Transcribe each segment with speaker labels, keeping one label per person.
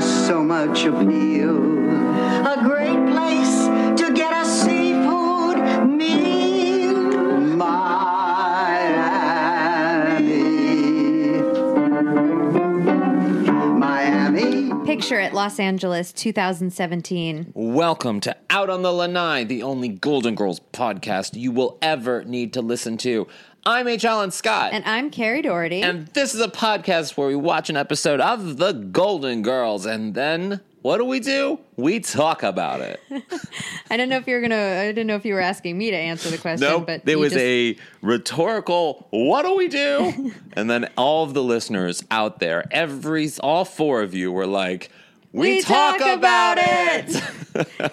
Speaker 1: so much appeal.
Speaker 2: A great place to get a seafood meal.
Speaker 1: Miami. Miami.
Speaker 3: Picture it, Los Angeles, 2017.
Speaker 4: Welcome to Out on the Lanai, the only Golden Girls podcast you will ever need to listen to. I'm H. Allen Scott,
Speaker 3: And I'm Carrie Doherty.
Speaker 4: and this is a podcast where we watch an episode of The Golden Girls, and then what do we do? We talk about it.
Speaker 3: I don't know if you're gonna. I didn't know if you were asking me to answer the question,
Speaker 4: No,
Speaker 3: but
Speaker 4: there
Speaker 3: you
Speaker 4: was
Speaker 3: just-
Speaker 4: a rhetorical "What do we do?" and then all of the listeners out there, every all four of you, were like, "We, talk, about, it.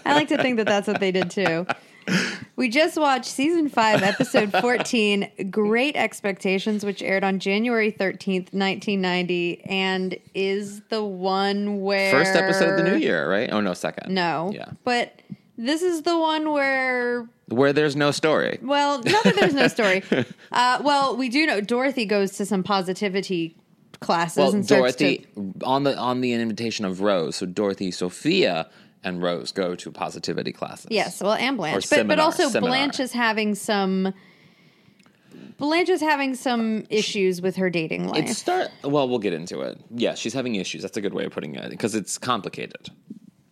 Speaker 3: I like to think that that's what they did too. We just watched season five, episode 14, Great Expectations, which aired on January 13th, 1990, and is the one where.
Speaker 4: First episode of the new year, right? Oh no, second.
Speaker 3: No.
Speaker 4: Yeah.
Speaker 3: But this is the one where
Speaker 4: Where there's no story.
Speaker 3: Well, not that there's no story. Uh, well, we do know Dorothy goes to some positivity classes
Speaker 4: Well,
Speaker 3: and starts
Speaker 4: Dorothy
Speaker 3: to.
Speaker 4: on the on the invitation of Rose. So Dorothy, Sophia, and Rose go to positivity classes.
Speaker 3: Yes, well, and Blanche,
Speaker 4: Or
Speaker 3: but but
Speaker 4: seminar,
Speaker 3: also
Speaker 4: seminar.
Speaker 3: Blanche is having some. Blanche is having some issues with her dating life.
Speaker 4: It start well. We'll get into it. Yeah, she's having issues. That's a good way of putting it because it's complicated.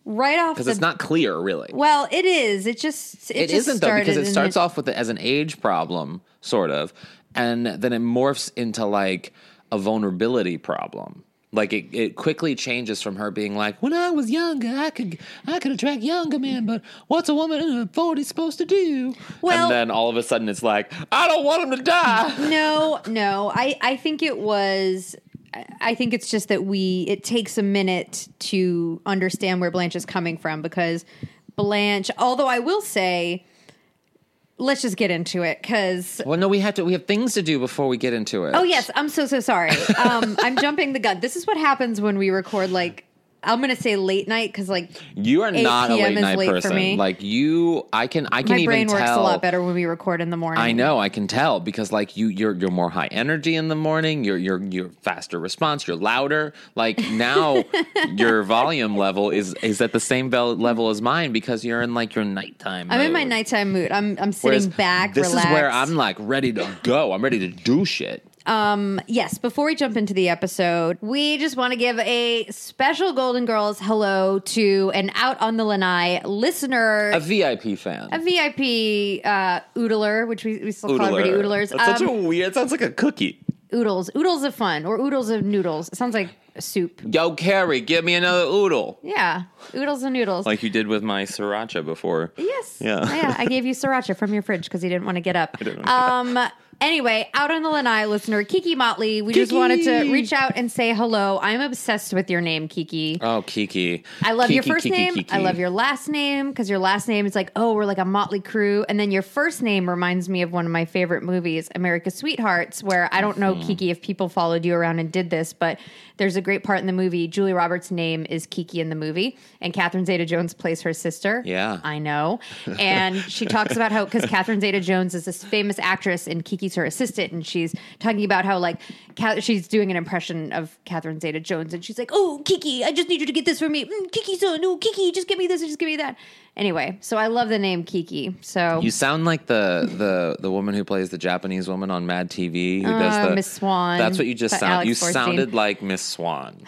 Speaker 3: right off
Speaker 4: Because
Speaker 3: the
Speaker 4: it's not clear, really.
Speaker 3: well, it is. It just it,
Speaker 4: it
Speaker 3: just
Speaker 4: isn't though because
Speaker 3: started
Speaker 4: it
Speaker 3: and
Speaker 4: starts off with it as an age problem sort of and then it morphs into like a vulnerability problem like it, it quickly changes from her being like when i was younger i could i could attract younger men but what's a woman in her 40s supposed to do
Speaker 3: Well-
Speaker 4: and then all of a sudden it's like i don't want him to die
Speaker 3: No, no. I, I think it was. I- I think it's just that we. It takes a minute to understand where Blanche is coming from because Blanche. Although I will say, let's just get into it because.
Speaker 4: well no we have to we have things to do before we get into it
Speaker 3: Oh yes, I'm so so sorry. Um, I'm jumping the gun. This is what happens when we record like. I'm gonna say late night because like
Speaker 4: you are
Speaker 3: 8
Speaker 4: not a
Speaker 3: PM
Speaker 4: late
Speaker 3: is
Speaker 4: night
Speaker 3: late for
Speaker 4: person
Speaker 3: me.
Speaker 4: like you i can i can
Speaker 3: my
Speaker 4: even
Speaker 3: brain works
Speaker 4: tell-
Speaker 3: a lot better when we record in the morning.
Speaker 4: I know, I can tell because like you you're you're more high energy in the morning, you're you're you're faster response, you're louder. Like now your volume level is is at the same vel- level as mine because you're in like your nighttime.
Speaker 3: I'm in my
Speaker 4: mode.
Speaker 3: nighttime mood. I'm I'm sitting
Speaker 4: Whereas
Speaker 3: back.
Speaker 4: This
Speaker 3: relaxed.
Speaker 4: is where I'm like ready to go. I'm ready to do shit.
Speaker 3: Yes, before we jump into the episode, we just want to give a special Golden Girls hello to an out on the lanai listener,
Speaker 4: A VIP fan.
Speaker 3: a VIP uh, oodler, which we, we still call everybody oodlers.
Speaker 4: That's such a
Speaker 3: Um,
Speaker 4: weird. It sounds like a cookie.
Speaker 3: oodles, oodles of fun, or oodles of noodles. It sounds like soup.
Speaker 4: Yo, Carrie, give me another oodle,
Speaker 3: Yeah, oodles and noodles.
Speaker 4: like you did with my sriracha before.
Speaker 3: yes,
Speaker 4: Yeah.
Speaker 3: yeah. I gave you sriracha from your fridge because you didn't want to get up. Um. Anyway, out on the lanai listener Kiki Motley, we just
Speaker 4: Kiki!
Speaker 3: wanted to reach out and say hello. I'm obsessed with your name, Kiki.
Speaker 4: Oh, Kiki.
Speaker 3: I love your
Speaker 4: Kiki,
Speaker 3: first
Speaker 4: Kiki,
Speaker 3: name.
Speaker 4: Kiki.
Speaker 3: I love your last name because your last name is like, oh, we're like a motley crew. And then your first name reminds me of one of my favorite movies, America's Sweethearts, where I don't
Speaker 4: Mm-hmm.
Speaker 3: know, Kiki, if people followed you around and did this, but there's a great part in the movie. Julie Roberts' name is Kiki in the movie, and Catherine Zeta Jones plays her sister.
Speaker 4: Yeah.
Speaker 3: I know. And she talks about how, because Catherine Zeta Jones is this famous actress and Kiki's her assistant, and she's talking about how, like, Ca- she's doing an impression of Catherine Zeta Jones, and she's like, oh, Kiki, I just need you to get this for me. Mm, Kiki, so no, Kiki, just give me this, just give me that. Anyway, so I love the name Kiki. So,
Speaker 4: You sound like the the the woman who plays the Japanese woman on Mad TV who
Speaker 3: Uh,
Speaker 4: does the
Speaker 3: Miss Swan.
Speaker 4: That's what you just
Speaker 3: But
Speaker 4: sound.
Speaker 3: Alex
Speaker 4: You
Speaker 3: Borstein.
Speaker 4: sounded like Miss Swan.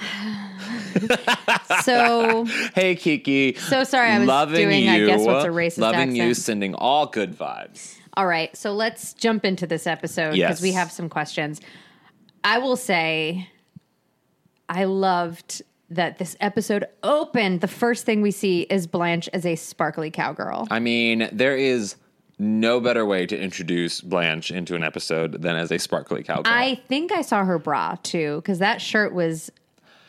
Speaker 3: so
Speaker 4: Hey Kiki,
Speaker 3: So sorry I was doing, I guess, what's a racist
Speaker 4: loving you,
Speaker 3: accent.
Speaker 4: sending all good vibes.
Speaker 3: all right, so let's jump into this episode because
Speaker 4: Yes.
Speaker 3: we have some questions. I will say, I loved that this episode opened. The first thing we see is Blanche as a sparkly cowgirl.
Speaker 4: I mean, there is no better way to introduce Blanche into an episode than as a sparkly cowgirl.
Speaker 3: I think I saw her bra too because that shirt was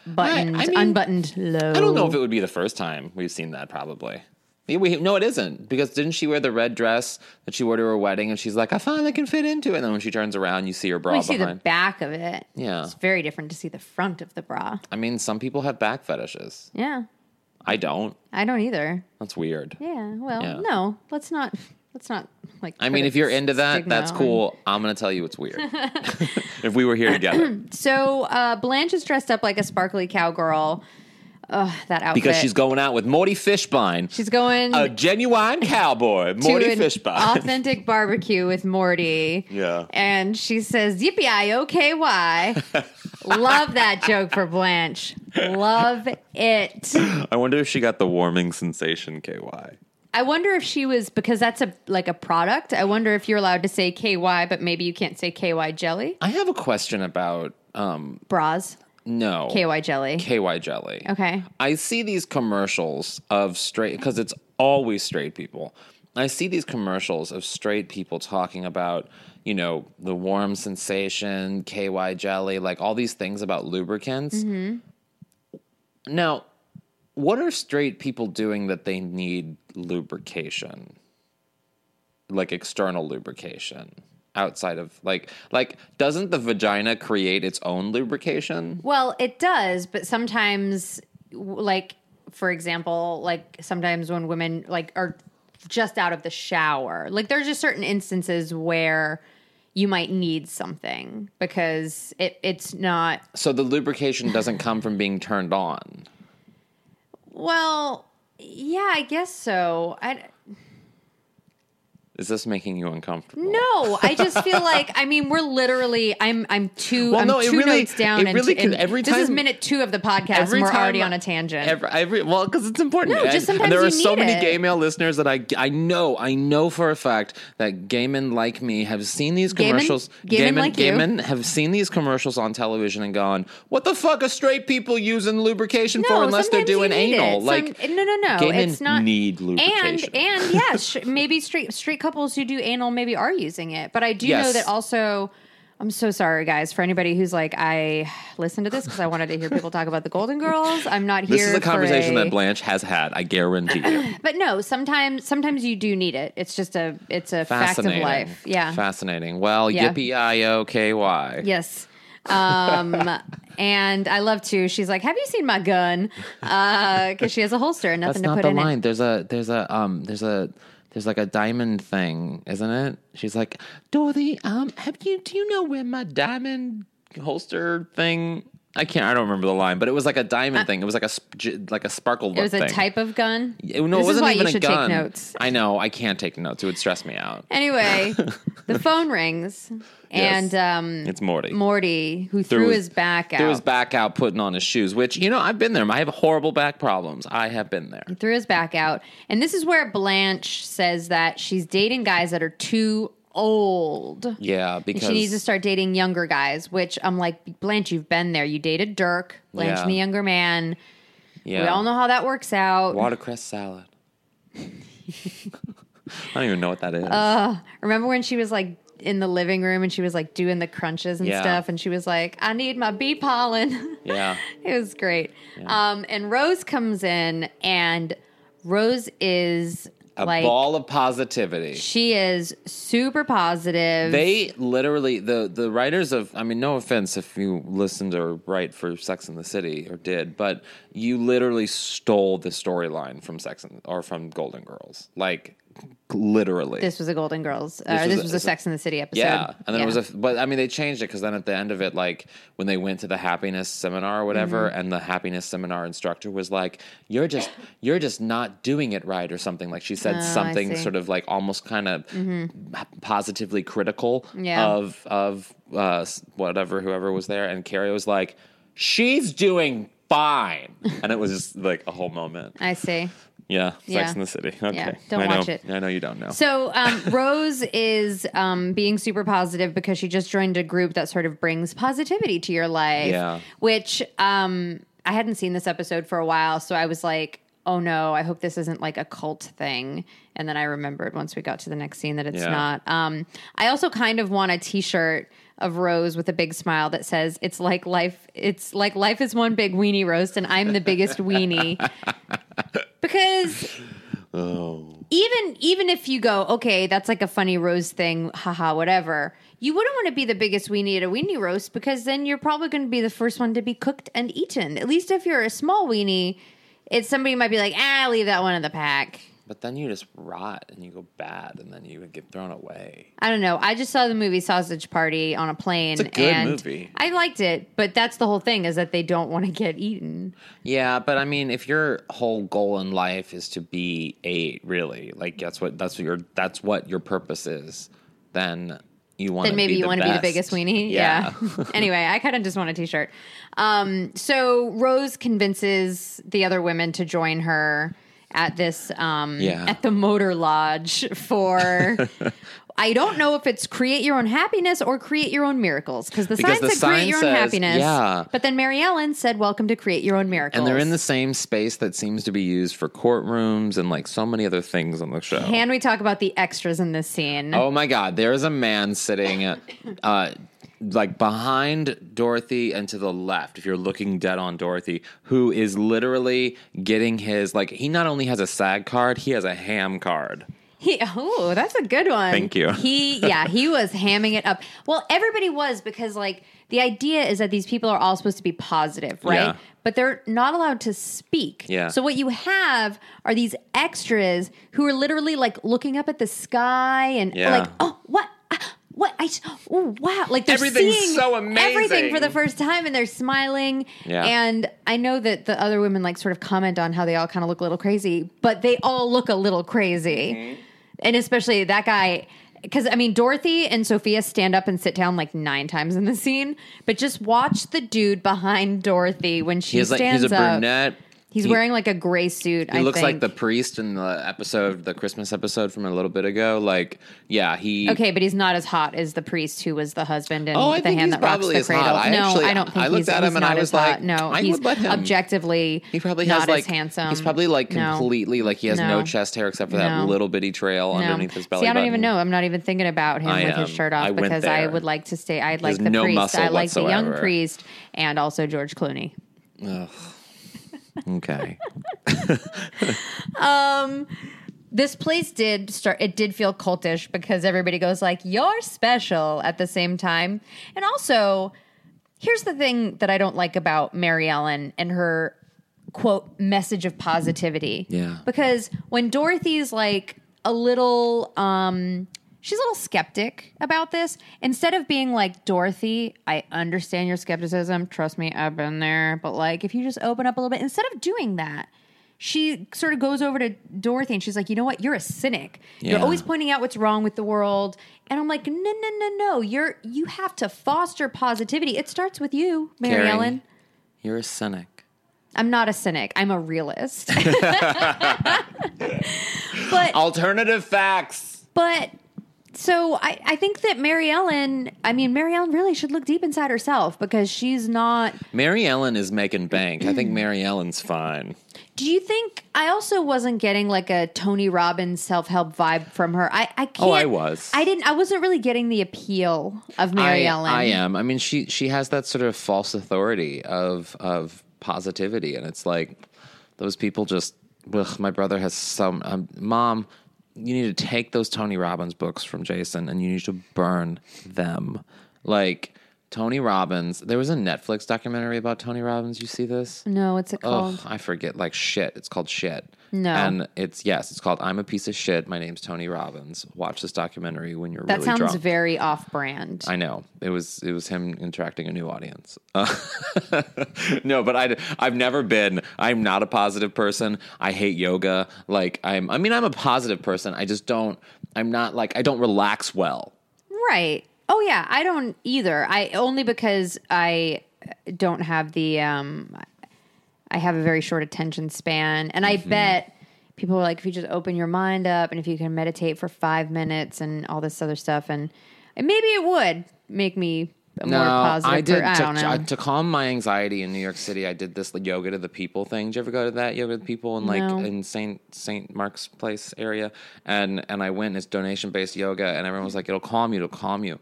Speaker 3: buttoned,
Speaker 4: I mean,
Speaker 3: unbuttoned low.
Speaker 4: I don't know if it would be the first time we've seen that. Probably. Yeah, we- no, it isn't because didn't she wear the red dress that she wore to her wedding? And she's like, I finally can fit into it. And then when she turns around, you see her bra
Speaker 3: we see
Speaker 4: behind.
Speaker 3: the back of it.
Speaker 4: Yeah.
Speaker 3: it's very different to see the front of the bra.
Speaker 4: I mean, some people have back fetishes.
Speaker 3: Yeah,
Speaker 4: I don't.
Speaker 3: I don't either.
Speaker 4: That's weird.
Speaker 3: Mm. Yeah. Well,
Speaker 4: Yeah.
Speaker 3: no. Let's not. Let's not like.
Speaker 4: I
Speaker 3: put
Speaker 4: mean,
Speaker 3: a
Speaker 4: if you're into that,
Speaker 3: stigma
Speaker 4: that's
Speaker 3: on-
Speaker 4: cool. I'm going to tell you it's weird. if we were here together.
Speaker 3: So uh, Blanche is dressed up like a sparkly cowgirl. Ugh, that outfit.
Speaker 4: because she's going out with Morty Fishbine,
Speaker 3: she's going
Speaker 4: a genuine cowboy,
Speaker 3: to
Speaker 4: Morty
Speaker 3: an
Speaker 4: Fishbine.
Speaker 3: authentic barbecue with Morty.
Speaker 4: Yeah.
Speaker 3: And she says, Yippee I okay why. Love that joke for Blanche. Love it.
Speaker 4: I wonder if she got the warming sensation KY.
Speaker 3: I wonder if she was because that's a like a product. I wonder if you're allowed to say KY, but maybe you can't say KY jelly.
Speaker 4: I have a question about um
Speaker 3: Bras.
Speaker 4: no
Speaker 3: KY jelly.
Speaker 4: KY jelly.
Speaker 3: Okay.
Speaker 4: I see these commercials of straight because it's always straight people. I see these commercials of straight people talking about, you know, the warm sensation, KY jelly, like all these things about lubricants. Now, what are straight people doing that they need lubrication? Like external lubrication outside of like like doesn't the vagina create its own lubrication?
Speaker 3: Well, it does, but sometimes, w- like for example, like sometimes when women like are just out of the shower, like there's just certain instances where you might need something because it it's not
Speaker 4: So the lubrication doesn't come from being turned on.
Speaker 3: well. Yeah, I guess so. I
Speaker 4: Is this making you uncomfortable?
Speaker 3: no, I just feel like I mean we're literally I'm I'm two
Speaker 4: Well,
Speaker 3: I'm
Speaker 4: no, it
Speaker 3: two
Speaker 4: really-
Speaker 3: notes down
Speaker 4: it
Speaker 3: and,
Speaker 4: really
Speaker 3: and
Speaker 4: can- every
Speaker 3: this is
Speaker 4: time-
Speaker 3: minute two of the podcast and we're already on a tangent.
Speaker 4: Every, every well, because it's important.
Speaker 3: No, just
Speaker 4: And-
Speaker 3: sometimes
Speaker 4: and there
Speaker 3: you
Speaker 4: are so
Speaker 3: need
Speaker 4: many
Speaker 3: it.
Speaker 4: gay male listeners that I I know I know for a fact that gay men like me have seen these
Speaker 3: Gay men-
Speaker 4: commercials.
Speaker 3: gay men like
Speaker 4: gay
Speaker 3: you.
Speaker 4: men have seen these commercials on television and gone, "What the fuck are straight people using lubrication for
Speaker 3: No,
Speaker 4: unless they're
Speaker 3: sometimes you
Speaker 4: doing
Speaker 3: need
Speaker 4: anal?"
Speaker 3: it.
Speaker 4: Like
Speaker 3: Some- no, no, no,
Speaker 4: Gay men
Speaker 3: it's not-
Speaker 4: need lubrication.
Speaker 3: And and yeah, sh- maybe straight straight couples who do anal maybe are using it, but I do know
Speaker 4: Yes.
Speaker 3: that also. I'm so sorry, guys, for anybody who's like, I listened to this because I wanted to hear people talk about the Golden Girls. I'm not here.
Speaker 4: this is a
Speaker 3: for
Speaker 4: conversation
Speaker 3: a-
Speaker 4: that Blanche has had. I guarantee you.
Speaker 3: But no, sometimes sometimes you do need it. It's just a it's a fact of
Speaker 4: Fascinating.
Speaker 3: life. Yeah.
Speaker 4: Fascinating. Well,
Speaker 3: Yeah.
Speaker 4: yippee i o k y.
Speaker 3: Yes. Um, and I love to. She's like, Have you seen my gun? Because she has a holster and
Speaker 4: That's
Speaker 3: nothing to
Speaker 4: not
Speaker 3: put
Speaker 4: the
Speaker 3: in it.
Speaker 4: line. There's a there's a um there's a there's like a diamond thing, isn't it? She's like, Dorothy, um, have you do you know where my diamond holster thing? I can't. I don't remember the line, but it was like a diamond thing. It was like a sp- j- like a sparkle.
Speaker 3: Uh, It was a
Speaker 4: thing.
Speaker 3: type of gun.
Speaker 4: It, no,
Speaker 3: this
Speaker 4: it wasn't
Speaker 3: is why
Speaker 4: even
Speaker 3: you
Speaker 4: a
Speaker 3: should
Speaker 4: gun.
Speaker 3: take notes.
Speaker 4: I know. I can't take notes. It would stress me out.
Speaker 3: Anyway, the phone rings and
Speaker 4: Yes.
Speaker 3: um,
Speaker 4: It's Morty.
Speaker 3: Morty, who threw, his, back out,
Speaker 4: Threw his back out, putting on his shoes. Which you know, I've been there. I have horrible back problems. I have been there.
Speaker 3: threw his back out. And this is where Blanche says that she's dating guys that are too old.
Speaker 4: Yeah,
Speaker 3: And
Speaker 4: because
Speaker 3: she needs to start dating younger guys, which I'm like, Blanche, you've been there. You dated Dirk, Blanche,
Speaker 4: Yeah.
Speaker 3: the younger man.
Speaker 4: yeah.
Speaker 3: We all know how that works out.
Speaker 4: Watercress salad. I don't even know what that is.
Speaker 3: Remember when she was like in the living room and she was like doing the crunches and
Speaker 4: Yeah.
Speaker 3: stuff, and she was like, I need my bee pollen.
Speaker 4: yeah.
Speaker 3: it was great. Um, and Rose comes in, and Rose is
Speaker 4: A
Speaker 3: like,
Speaker 4: ball of positivity.
Speaker 3: she is super positive.
Speaker 4: They literally the the writers of I mean no offense if you listened or write for Sex in the City or did but you literally stole the storyline from Sex in, or from Golden Girls like literally
Speaker 3: this was a Golden Girls, or
Speaker 4: was
Speaker 3: this
Speaker 4: a-
Speaker 3: was a Sex in the City episode.
Speaker 4: Yeah, and then it was a. But I mean, they changed it because then at the end of it, like when they went to the happiness seminar or whatever,
Speaker 3: Mm-hmm.
Speaker 4: and the happiness seminar instructor was like, "You're just, you're just not doing it right," or something. Like she said
Speaker 3: Oh, I
Speaker 4: something
Speaker 3: see. Mm-hmm.
Speaker 4: sort of like almost kind of positively critical
Speaker 3: Yeah.
Speaker 4: of of uh, s- whatever whoever was there, and Carrie was like, "She's doing." Fine, and it was just like a whole moment.
Speaker 3: I see.
Speaker 4: Yeah, Sex
Speaker 3: Yeah.
Speaker 4: in the City. Okay,
Speaker 3: Don't
Speaker 4: I know,
Speaker 3: watch it.
Speaker 4: I know you don't know.
Speaker 3: So um, Rose is um, being super positive because she just joined a group that sort of brings positivity to your life.
Speaker 4: Yeah.
Speaker 3: Which um, I hadn't seen this episode for a while, so I was like, "Oh no, I hope this isn't like a cult thing." And then I remembered once we got to the next scene that it's
Speaker 4: Yeah.
Speaker 3: not. Um, I also kind of want a T-shirt of Rose with a big smile that says, "It's like life. It's like life is one big weenie roast, and I'm the biggest weenie." Because even even if you go, okay, that's like a funny rose thing, haha, whatever. You wouldn't want to be the biggest weenie at a weenie roast because then you're probably going to be the first one to be cooked and eaten. At least if you're a small weenie, it's somebody might be like, ah, leave that one in the pack.
Speaker 4: But then you just rot and you go bad, and then you get thrown away.
Speaker 3: I don't know. I just saw the movie Sausage Party on a plane.
Speaker 4: It's a good
Speaker 3: and
Speaker 4: movie.
Speaker 3: I liked it, but that's the whole thing is that they don't want to get eaten.
Speaker 4: Yeah, but I mean, if your whole goal in life is to be eight, really, like that's what that's what your that's what your purpose is, then you want.
Speaker 3: Then maybe
Speaker 4: be
Speaker 3: you
Speaker 4: the
Speaker 3: want to be the
Speaker 4: best.
Speaker 3: biggest weenie. Yeah. anyway, I kind of just want a t-shirt. Um, so Rose convinces the other women to join her at this um,
Speaker 4: Yeah.
Speaker 3: at the Motor Lodge for. I don't know if it's create your own happiness or create your own miracles because the
Speaker 4: Because
Speaker 3: sign
Speaker 4: the
Speaker 3: said create
Speaker 4: sign
Speaker 3: your own
Speaker 4: says-
Speaker 3: happiness.
Speaker 4: yeah.
Speaker 3: But then Mary Ellen said, "Welcome to create your own miracles."
Speaker 4: And they're in the same space that seems to be used for courtrooms and like so many other things on the show.
Speaker 3: Can we talk about the extras in this scene?
Speaker 4: Oh my God! There is a man sitting, uh, uh, like behind Dorothy and to the left. If you're looking dead on Dorothy, who is literally getting his like he not only has a SAG card, he has a ham card.
Speaker 3: He, oh, that's a good one.
Speaker 4: Thank you.
Speaker 3: He, yeah, he was hamming it up. Well, everybody was because, like, the idea is that these people are all supposed to be positive, right?
Speaker 4: Yeah.
Speaker 3: But they're not allowed to speak.
Speaker 4: Yeah.
Speaker 3: So what you have are these extras who are literally like looking up at the sky and
Speaker 4: Yeah.
Speaker 3: like, oh, what, Ah, what, I, oh, wow, like they're
Speaker 4: Everything's
Speaker 3: seeing
Speaker 4: so
Speaker 3: everything
Speaker 4: amazing.
Speaker 3: for the first time and they're smiling.
Speaker 4: Yeah.
Speaker 3: And I know that the other women like sort of comment on how they all kind of look a little crazy, but they all look a little crazy.
Speaker 4: Mm-hmm.
Speaker 3: And especially that guy because I mean Dorothy and Sophia stand up and sit down like 9 times in the scene, but just watch the dude behind Dorothy when she
Speaker 4: He's like
Speaker 3: stands
Speaker 4: he's a
Speaker 3: up.
Speaker 4: brunette.
Speaker 3: He's
Speaker 4: He-
Speaker 3: wearing like a gray suit.
Speaker 4: He
Speaker 3: I
Speaker 4: looks like
Speaker 3: think.
Speaker 4: the priest in the episode, the Christmas episode from a little bit ago. Like, yeah, he.
Speaker 3: Okay, but he's not as hot as the priest who was the husband and
Speaker 4: Oh, I
Speaker 3: the
Speaker 4: think
Speaker 3: hand
Speaker 4: he's
Speaker 3: that rocks
Speaker 4: probably
Speaker 3: the
Speaker 4: as hot.
Speaker 3: cradle.
Speaker 4: I
Speaker 3: no,
Speaker 4: actually-
Speaker 3: I don't think
Speaker 4: I looked
Speaker 3: he's,
Speaker 4: at him
Speaker 3: he's
Speaker 4: and I
Speaker 3: not
Speaker 4: was
Speaker 3: as hot.
Speaker 4: like,
Speaker 3: no,
Speaker 4: I
Speaker 3: he's
Speaker 4: would let him.
Speaker 3: objectively
Speaker 4: He probably
Speaker 3: not
Speaker 4: has like
Speaker 3: as handsome.
Speaker 4: He's probably like
Speaker 3: No.
Speaker 4: completely like he has no,
Speaker 3: No.
Speaker 4: chest hair except for that
Speaker 3: No.
Speaker 4: little bitty trail
Speaker 3: No.
Speaker 4: underneath his belly.
Speaker 3: See, I don't
Speaker 4: button.
Speaker 3: even know. I'm not even thinking about him
Speaker 4: I
Speaker 3: with his
Speaker 4: am.
Speaker 3: shirt off
Speaker 4: I went
Speaker 3: because I
Speaker 4: there.
Speaker 3: would like to stay. I'd
Speaker 4: There's
Speaker 3: like the
Speaker 4: no
Speaker 3: priest.
Speaker 4: muscle
Speaker 3: I like the young
Speaker 4: whatsoever.
Speaker 3: priest and also George Clooney.
Speaker 4: Okay.
Speaker 3: This place did start. It did feel cultish because everybody goes like, "You're special" at the same time, and also here's the thing that I don't like about Mary Ellen and her quote message of positivity.
Speaker 4: Yeah.
Speaker 3: Because when Dorothy's like a little um she's a little skeptic about this, instead of being like, Dorothy, I understand your skepticism. Trust me, I've been there. But like if you just open up a little bit, instead of doing that, she sort of goes over to Dorothy and she's like, you know what? You're a cynic. You're
Speaker 4: Yeah.
Speaker 3: always pointing out what's wrong with the world and i'm like no no no no you're you have to foster positivity it starts with you mary
Speaker 4: Carrie.
Speaker 3: ellen
Speaker 4: You're a cynic.
Speaker 3: i'm not a cynic i'm a realist but
Speaker 4: Alternative facts.
Speaker 3: but so I, I think that mary ellen i mean mary ellen really should look deep inside herself because she's not
Speaker 4: Mary Ellen is making bank. I think Mary Ellen's fine.
Speaker 3: do you think i also wasn't getting like a tony robbins self-help vibe from her i, I can't
Speaker 4: Oh, I was.
Speaker 3: i didn't i wasn't really getting the appeal of mary
Speaker 4: I,
Speaker 3: ellen
Speaker 4: I am. I mean, she she has that sort of false authority of of positivity, and it's like those people just. Ugh, my brother has some. Um, Mom, you need to take those Tony Robbins books from Jason, and you need to burn them. Like Tony Robbins. There was a Netflix documentary about Tony Robbins. You see this?
Speaker 3: no what's it called
Speaker 4: Oh, I forget. Like shit. It's called shit.
Speaker 3: No.
Speaker 4: And it's yes, it's called I'm a piece of shit. My name's Tony Robbins. Watch this documentary when you're
Speaker 3: That
Speaker 4: really
Speaker 3: sounds
Speaker 4: drunk.
Speaker 3: very off brand.
Speaker 4: I know it was it was him interacting a new audience. Uh, no, but I I've never been. I'm not a positive person. I hate yoga. Like I'm. I mean, I'm a positive person. I just don't. I'm not like I don't relax well.
Speaker 3: Right. Oh yeah, I don't either. I only because I don't have the um I have a very short attention span and
Speaker 4: Mm-hmm.
Speaker 3: I bet people are like if you just open your mind up and if you can meditate for 5 minutes and all this other stuff and, and maybe it would make me a more positive
Speaker 4: I did
Speaker 3: per- I
Speaker 4: to,
Speaker 3: don't know.
Speaker 4: I- to calm my anxiety in New York City. I did this like, yoga to the people thing. Did you ever go to that yoga to the people in like
Speaker 3: No.
Speaker 4: in Saint Saint Mark's Place area? And and I went. It's donation based yoga, and everyone was like, "It'll calm you. It'll calm you."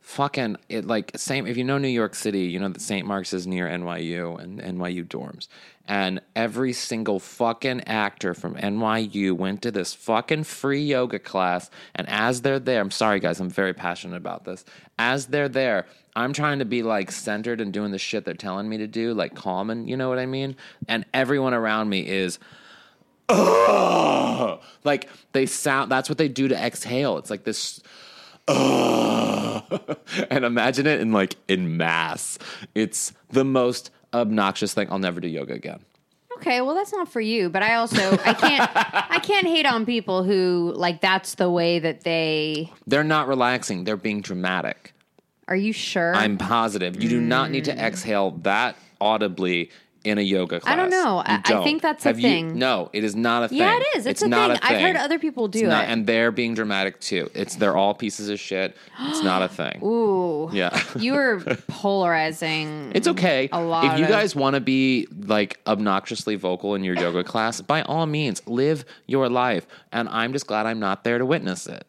Speaker 4: Fucking it like same. If you know New York City, you know that Saint Mark's is near NYU and NYU dorms. And every single fucking actor from NYU went to this fucking free yoga class. And as they're there, I'm sorry guys, I'm very passionate about this. As they're there, I'm trying to be like centered and doing the shit they're telling me to do, like calm and you know what I mean? And everyone around me is Ugh! Like they sound. That's what they do to exhale. It's like this. Ugh! and imagine it in like in mass. It's the most obnoxious thing. I'll never do yoga again.
Speaker 3: Okay, well that's not for you, but I also I can't I can't hate on people who like that's the way that they
Speaker 4: They're not relaxing. They're being dramatic.
Speaker 3: Are you sure?
Speaker 4: I'm positive. You do not need to exhale that audibly in a yoga class.
Speaker 3: Mm. I don't know.
Speaker 4: You
Speaker 3: I- I think that's a
Speaker 4: Have you-
Speaker 3: thing.
Speaker 4: no, it is not a thing.
Speaker 3: yeah, it is. It's, a,
Speaker 4: not
Speaker 3: thing. I've heard other people do
Speaker 4: It's not-
Speaker 3: it.
Speaker 4: and they're being dramatic too. It's they're all pieces of shit. It's not a thing.
Speaker 3: Ooh.
Speaker 4: Yeah.
Speaker 3: You are polarizing.
Speaker 4: It's okay.
Speaker 3: Mm-hmm. A lot
Speaker 4: If you
Speaker 3: of-
Speaker 4: guys want to be like obnoxiously vocal in your yoga class, by all means, live your life. And I'm just glad I'm not there to witness it.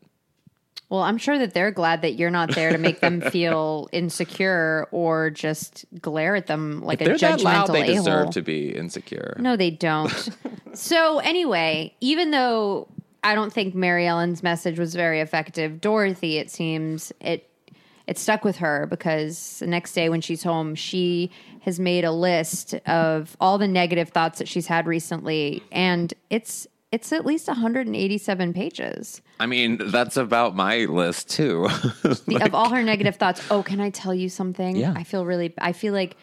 Speaker 3: Well, I'm sure that they're glad that you're not there to make them feel insecure or just glare at them like a
Speaker 4: They're
Speaker 3: judgmental
Speaker 4: that loud. They
Speaker 3: a-hole.
Speaker 4: deserve to be insecure.
Speaker 3: No, they don't. so anyway, even though I don't think Mary Ellen's message was very effective, Dorothy, it seems it it stuck with her because the next day when she's home, she has made a list of all the negative thoughts that she's had recently, and it's it's at least 187 pages
Speaker 4: I mean, that's about my list too.
Speaker 3: The- of all her negative thoughts. Oh, can I tell you something?
Speaker 4: Yeah.
Speaker 3: I feel really. I feel like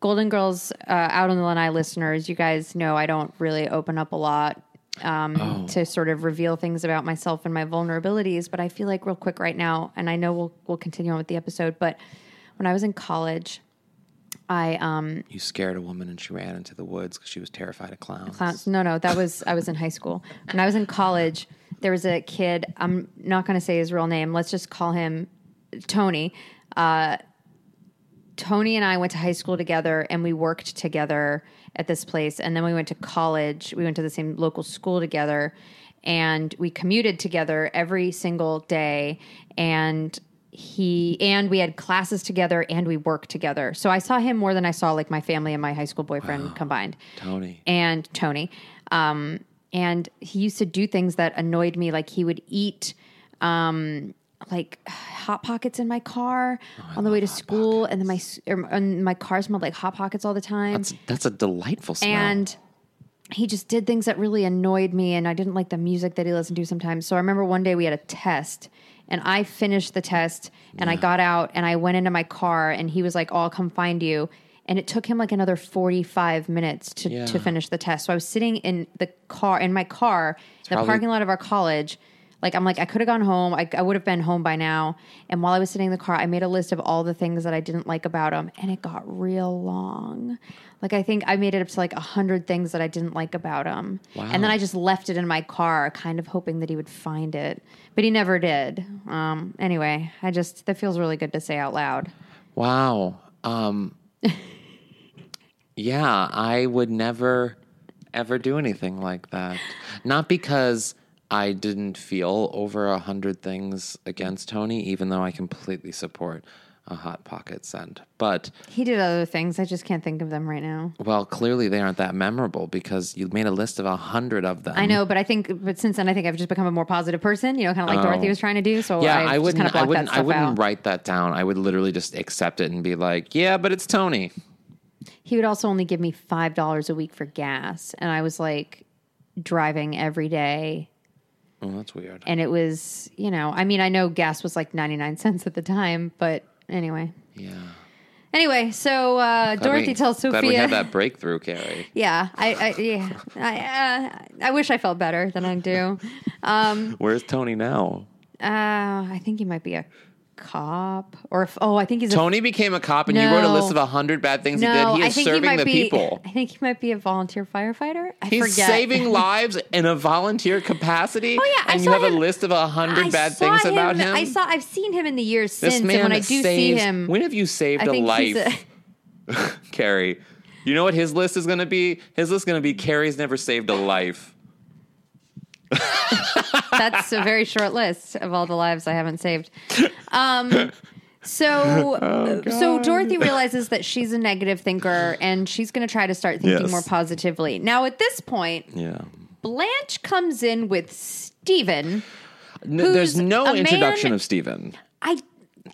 Speaker 3: Golden Girls uh, out on the lanai listeners. You guys know I don't really open up a lot um, to sort of reveal things about myself and my vulnerabilities. But I feel like real quick right now, and I know we'll we'll continue on with the episode. But when I was in college, I um,
Speaker 4: You scared a woman and she ran into the woods because she was terrified of clowns.
Speaker 3: clowns. No, no, that was I was in high school. When I was in college, there was a kid. I'm not going to say his real name. Let's just call him Tony. Uh, Tony and I went to high school together, and we worked together at this place. And then we went to college. We went to the same local school together, and we commuted together every single day. And he and we had classes together, and we worked together. So I saw him more than I saw like my family and my high school boyfriend combined
Speaker 4: Tony.
Speaker 3: and Tony. Um, and he used to do things that annoyed me, like he would eat um, like hot pockets in my car on the way to school, and then my s- er, and my car smelled like hot pockets all the time.
Speaker 4: That's that's a delightful smell.
Speaker 3: and he just did things that really annoyed me, and I didn't like the music that he listened to sometimes. So I remember one day we had a test. And I finished the test and I got out and I went into my car and he was like, oh, I'll come find you. And it took him like another 45 minutes to,
Speaker 4: Yeah.
Speaker 3: to finish finish the test. So I was sitting in the car, in my car, in the
Speaker 4: probably-
Speaker 3: parking lot of our college. Like, I'm like, I could have gone home. I, I would have been home by now. And while I was sitting in the car, I made a list of all the things that I didn't like about him. And it got real long. Like, I think I made it up to like 100 things that I didn't like about him. And then I just left it in my car, kind of hoping that he would find it. But he never did. Um, anyway, I just, that feels really good to say out loud.
Speaker 4: wow. Um Yeah, I would never ever do anything like that. Not because I didn't feel over a hundred things against Tony, even though I completely support a hot pocket scent. But
Speaker 3: He did other things. I just can't think of them right now.
Speaker 4: well, clearly they aren't that memorable because you made a list of a hundred of them.
Speaker 3: I know, but I think, but since then, I think I've just become a more positive person. You know, kind of like
Speaker 4: Oh.
Speaker 3: Dorothy was trying to do. So
Speaker 4: Yeah,
Speaker 3: I,
Speaker 4: I,
Speaker 3: just kind
Speaker 4: wouldn't.
Speaker 3: of
Speaker 4: I
Speaker 3: block
Speaker 4: wouldn't.
Speaker 3: that
Speaker 4: I
Speaker 3: stuff
Speaker 4: wouldn't
Speaker 3: out.
Speaker 4: write that down. I would literally just accept it and be like, "Yeah, but it's Tony."
Speaker 3: He would also only give me five dollars a week for gas, and I was like driving every day,
Speaker 4: Well, Oh, that's weird.
Speaker 3: and it was, you know, I mean, I know gas was like ninety nine cents at the time, but anyway,
Speaker 4: yeah.
Speaker 3: anyway, so uh,
Speaker 4: Glad
Speaker 3: Dorothy
Speaker 4: we-
Speaker 3: tells Sophia.
Speaker 4: Glad we had that breakthrough, Carrie.
Speaker 3: Yeah, I, I yeah, I, uh, I wish I felt better than I do. Um,
Speaker 4: Where's Tony now?
Speaker 3: Uh, I think he might be a cop, or if, oh, I think he's a
Speaker 4: Tony became a cop, and you wrote a
Speaker 3: No.
Speaker 4: list of a hundred bad things he did. He is serving the
Speaker 3: be,
Speaker 4: people.
Speaker 3: I think he might be a volunteer firefighter. I
Speaker 4: He's
Speaker 3: forget.
Speaker 4: saving lives in a volunteer capacity.
Speaker 3: Oh, yeah, I
Speaker 4: and you
Speaker 3: saw
Speaker 4: have a
Speaker 3: him-
Speaker 4: list of a
Speaker 3: I
Speaker 4: hundred bad
Speaker 3: saw
Speaker 4: things about him.
Speaker 3: I saw. I've seen him in the years
Speaker 4: this
Speaker 3: since,
Speaker 4: man
Speaker 3: and when I do see
Speaker 4: saves-
Speaker 3: him,
Speaker 4: When have you saved
Speaker 3: I
Speaker 4: a
Speaker 3: think
Speaker 4: life?
Speaker 3: he's a,
Speaker 4: Carrie. You know what his list is going to be? His list is going to be Carrie's never saved a life.
Speaker 3: that's a very short list of all the lives I haven't saved. Um, so,
Speaker 4: Oh,
Speaker 3: so Dorothy realizes that she's a negative thinker, and she's going to try to start thinking
Speaker 4: Yes.
Speaker 3: more positively. Now, at this point,
Speaker 4: Yeah.
Speaker 3: Blanche comes in with Stephen.
Speaker 4: No, there's
Speaker 3: Who's
Speaker 4: no
Speaker 3: a
Speaker 4: introduction
Speaker 3: man-
Speaker 4: of Steven.
Speaker 3: I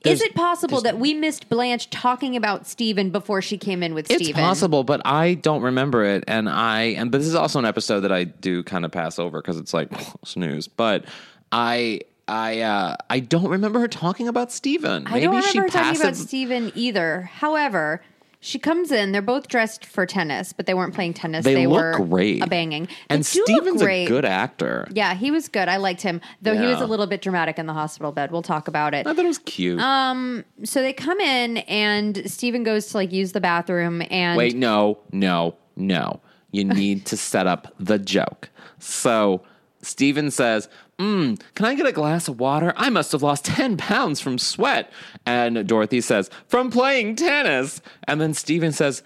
Speaker 3: Is it possible that we missed Blanche talking about Steven before she came in with
Speaker 4: It's
Speaker 3: Steven?
Speaker 4: possible, but I don't remember it, and I and but this is also an episode that I do kind of pass over because it's like snooze. But I I uh I don't remember her talking about Steven.
Speaker 3: I don't
Speaker 4: she
Speaker 3: remember her talking about
Speaker 4: passive-
Speaker 3: Steven either. However, she comes in. They're both dressed for tennis, but they weren't playing tennis.
Speaker 4: They,
Speaker 3: They,
Speaker 4: look
Speaker 3: were
Speaker 4: great.
Speaker 3: A banging. They
Speaker 4: And
Speaker 3: do look
Speaker 4: Steven's
Speaker 3: great.
Speaker 4: a good actor.
Speaker 3: Yeah, he was good. I liked him, though he was
Speaker 4: Yeah.
Speaker 3: a little bit dramatic in the hospital bed. We'll talk about it.
Speaker 4: I thought it was cute.
Speaker 3: So they come in, and Steven goes to like use the bathroom, and
Speaker 4: Wait, no, no, no. You need to set up the joke. So Steven says, mm, Can I get a glass of water? I must have lost 10 pounds from sweat. And Dorothy says, From playing tennis. And then Steven says,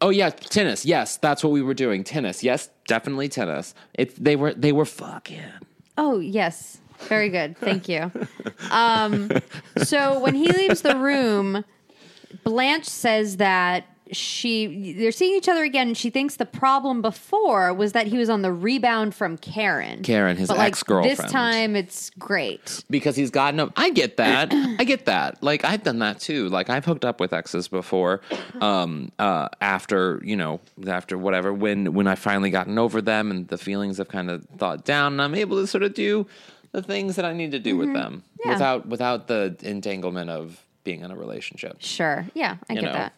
Speaker 4: Oh yeah, tennis. Yes, that's what we were doing. Tennis. Yes, definitely tennis. It's they were they were fucking.
Speaker 3: Oh, yes. Very good. Thank you. Um, so when he leaves the room, Blanche says that she they're seeing each other again and she thinks the problem before was that he was on the rebound from Karen.
Speaker 4: Karen, his
Speaker 3: But, like,
Speaker 4: ex-girlfriend.
Speaker 3: This time it's great.
Speaker 4: because he's gotten up. I get that. I get that. Like I've done that too. Like I've hooked up with exes before. Um, uh, after you know, after whatever, when when I finally gotten over them and the feelings have kind of thawed down, and I'm able to sort of do the things that I need to do with them
Speaker 3: Mm-hmm. Yeah.
Speaker 4: without without the entanglement of being in a relationship
Speaker 3: Sure. Yeah, I
Speaker 4: You
Speaker 3: get
Speaker 4: know.
Speaker 3: that.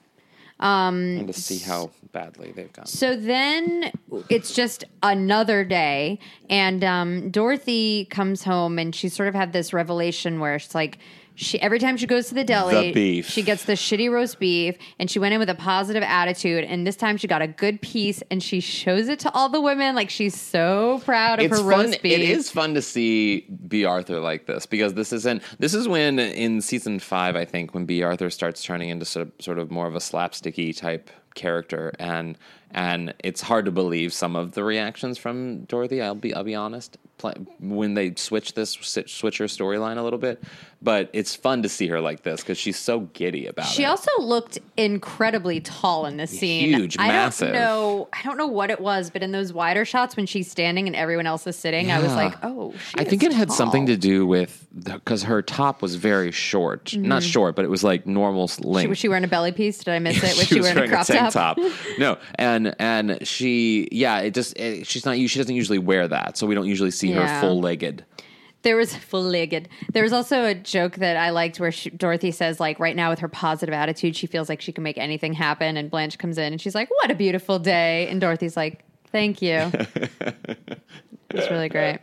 Speaker 4: and to see how badly they've gone.
Speaker 3: So then it's just another day, and um, Dorothy comes home, and she sort of had this revelation where she's like, she every time she goes to the deli,
Speaker 4: The beef.
Speaker 3: she gets the shitty roast beef, and she went in with a positive attitude, and this time she got a good piece, and she shows it to all the women, like she's so proud of her
Speaker 4: fun.
Speaker 3: roast beef.
Speaker 4: It is fun to see B. Arthur like this because this isn't. This is when in season five, I think, when B. Arthur starts turning into sort of, sort of more of a slapsticky type character, and and it's hard to believe some of the reactions from Dorothy. I'll be I'll be honest. Pla when they switch this si- switch her storyline a little bit, but it's fun to see her like this because she's so giddy about
Speaker 3: She
Speaker 4: it.
Speaker 3: also looked incredibly tall in this scene.
Speaker 4: Huge,
Speaker 3: I
Speaker 4: massive.
Speaker 3: don't know. I don't know what it was, but in those wider shots when she's standing and everyone else is sitting, I was
Speaker 4: Yeah.
Speaker 3: like, oh. She
Speaker 4: I think
Speaker 3: is
Speaker 4: it had something
Speaker 3: tall.
Speaker 4: to do with because her top was very short, not short, but it was like normal s-
Speaker 3: Mm-hmm. She,
Speaker 4: length.
Speaker 3: was she wearing a belly piece? Did I miss it? Was she, wearing, a crop
Speaker 4: tank
Speaker 3: top?
Speaker 4: no, and and she, yeah, it just it, she's not. She doesn't usually wear that, so we don't usually see her
Speaker 3: Yeah.
Speaker 4: full legged.
Speaker 3: There was full legged. There was also a joke that I liked where she, Dorothy says, like, right now with her positive attitude, she feels like she can make anything happen. And Blanche comes in and she's like, what a beautiful day. And Dorothy's like, thank you. it's really great.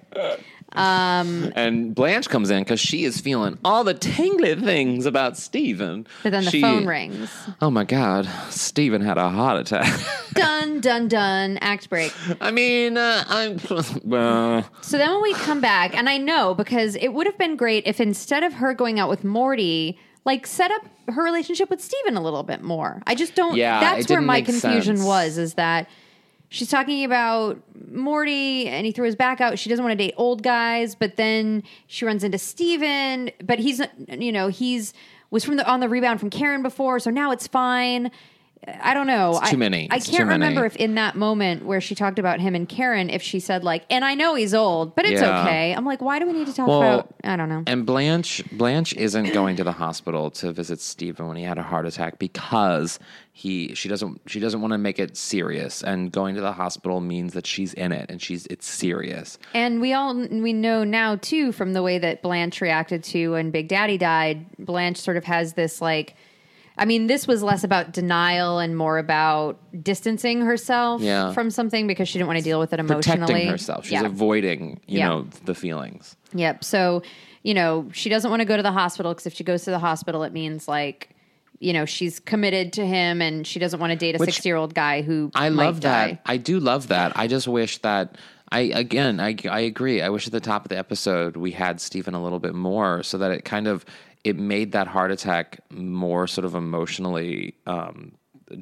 Speaker 4: And Blanche comes in because she is feeling all the tingly things about Stephen.
Speaker 3: But then the
Speaker 4: She-
Speaker 3: phone rings.
Speaker 4: Oh my God, Stephen had a heart attack.
Speaker 3: Dun, dun, dun. Act break.
Speaker 4: I mean, uh, I'm. uh,
Speaker 3: So then when we come back, and I know because it would have been great if instead of her going out with Morty, like set up her relationship with Steven a little bit more. I just don't
Speaker 4: Yeah, it
Speaker 3: that's where
Speaker 4: didn't
Speaker 3: my
Speaker 4: make
Speaker 3: confusion
Speaker 4: sense.
Speaker 3: was is that she's talking about Morty and he threw his back out. She doesn't want to date old guys, but then she runs into Steven, but he's you know, he's was from the on the rebound from Karen before, so now it's fine. I don't know.
Speaker 4: It's too
Speaker 3: I-
Speaker 4: many.
Speaker 3: I,
Speaker 4: It's too
Speaker 3: can't
Speaker 4: many.
Speaker 3: remember if in that moment where she talked about him and Karen, if she said like, "And I know he's old, but it's
Speaker 4: Yeah.
Speaker 3: okay." I'm like, why do we need to talk
Speaker 4: Well,
Speaker 3: about? I don't know.
Speaker 4: And Blanche Blanche isn't going to the hospital to visit Stephen when he had a heart attack because he she doesn't she doesn't want to make it serious and going to the hospital means that she's in it and she's it's serious.
Speaker 3: And we all we know now too from the way that Blanche reacted to when Big Daddy died. Blanche sort of has this like, I mean, this was less about denial and more about distancing herself
Speaker 4: Yeah.
Speaker 3: from something because she didn't want to deal with it emotionally.
Speaker 4: Protecting herself. She's
Speaker 3: Yeah.
Speaker 4: avoiding, you
Speaker 3: Yeah.
Speaker 4: know, the feelings.
Speaker 3: Yep. So, you know, she doesn't want to go to the hospital because if she goes to the hospital, it means like, you know, she's committed to him and she doesn't want to date a
Speaker 4: Which-
Speaker 3: 60 year old guy who
Speaker 4: I
Speaker 3: might
Speaker 4: love
Speaker 3: die.
Speaker 4: that. I do love that. I just wish that I again I I agree. I wish at the top of the episode we had Stephen a little bit more so that it kind of it made that heart attack more sort of emotionally um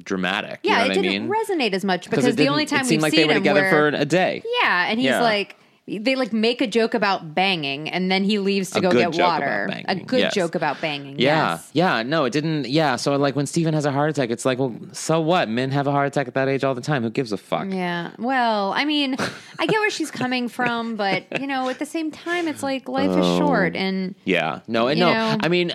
Speaker 4: dramatic.
Speaker 3: Yeah,
Speaker 4: you know
Speaker 3: it
Speaker 4: what I
Speaker 3: didn't
Speaker 4: mean?
Speaker 3: resonate as much
Speaker 4: 'Cause
Speaker 3: because
Speaker 4: it
Speaker 3: the
Speaker 4: didn't-
Speaker 3: only time
Speaker 4: it
Speaker 3: we've
Speaker 4: seemed like
Speaker 3: seen
Speaker 4: they were
Speaker 3: him
Speaker 4: together
Speaker 3: where,
Speaker 4: for an- a day.
Speaker 3: yeah, and he's
Speaker 4: Yeah.
Speaker 3: like, they like make a joke about banging and then he leaves to
Speaker 4: A
Speaker 3: go
Speaker 4: good
Speaker 3: get
Speaker 4: joke about
Speaker 3: water. A
Speaker 4: banging,
Speaker 3: good
Speaker 4: yes.
Speaker 3: joke about banging.
Speaker 4: Yeah,
Speaker 3: Yes.
Speaker 4: yeah, no, it didn't. Yeah, so like when Steven has a heart attack, it's like, well, so what? Men have a heart attack at that age all the time. Who gives a fuck?
Speaker 3: Yeah. Well, I mean, I get where she's coming from, but you know, at the same time, it's like life is
Speaker 4: Oh.
Speaker 3: short, and
Speaker 4: Yeah. No, and
Speaker 3: You
Speaker 4: no.
Speaker 3: know?
Speaker 4: I mean,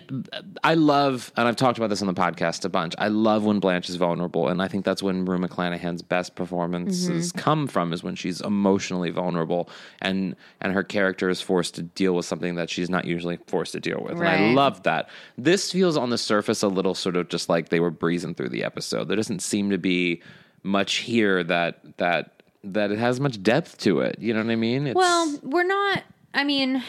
Speaker 4: I love, and I've talked about this on the podcast a bunch. I love when Blanche is vulnerable, and I think that's when Rue McClanahan's best performances
Speaker 3: Mm-hmm.
Speaker 4: come from is when she's emotionally vulnerable, and and her character is forced to deal with something that she's not usually forced to deal with. And
Speaker 3: Right.
Speaker 4: I love that. This feels on the surface a little sort of just like they were breezing through the episode. There doesn't seem to be much here that that that it has much depth to it. You know what I mean? It's,
Speaker 3: well, we're not. I mean,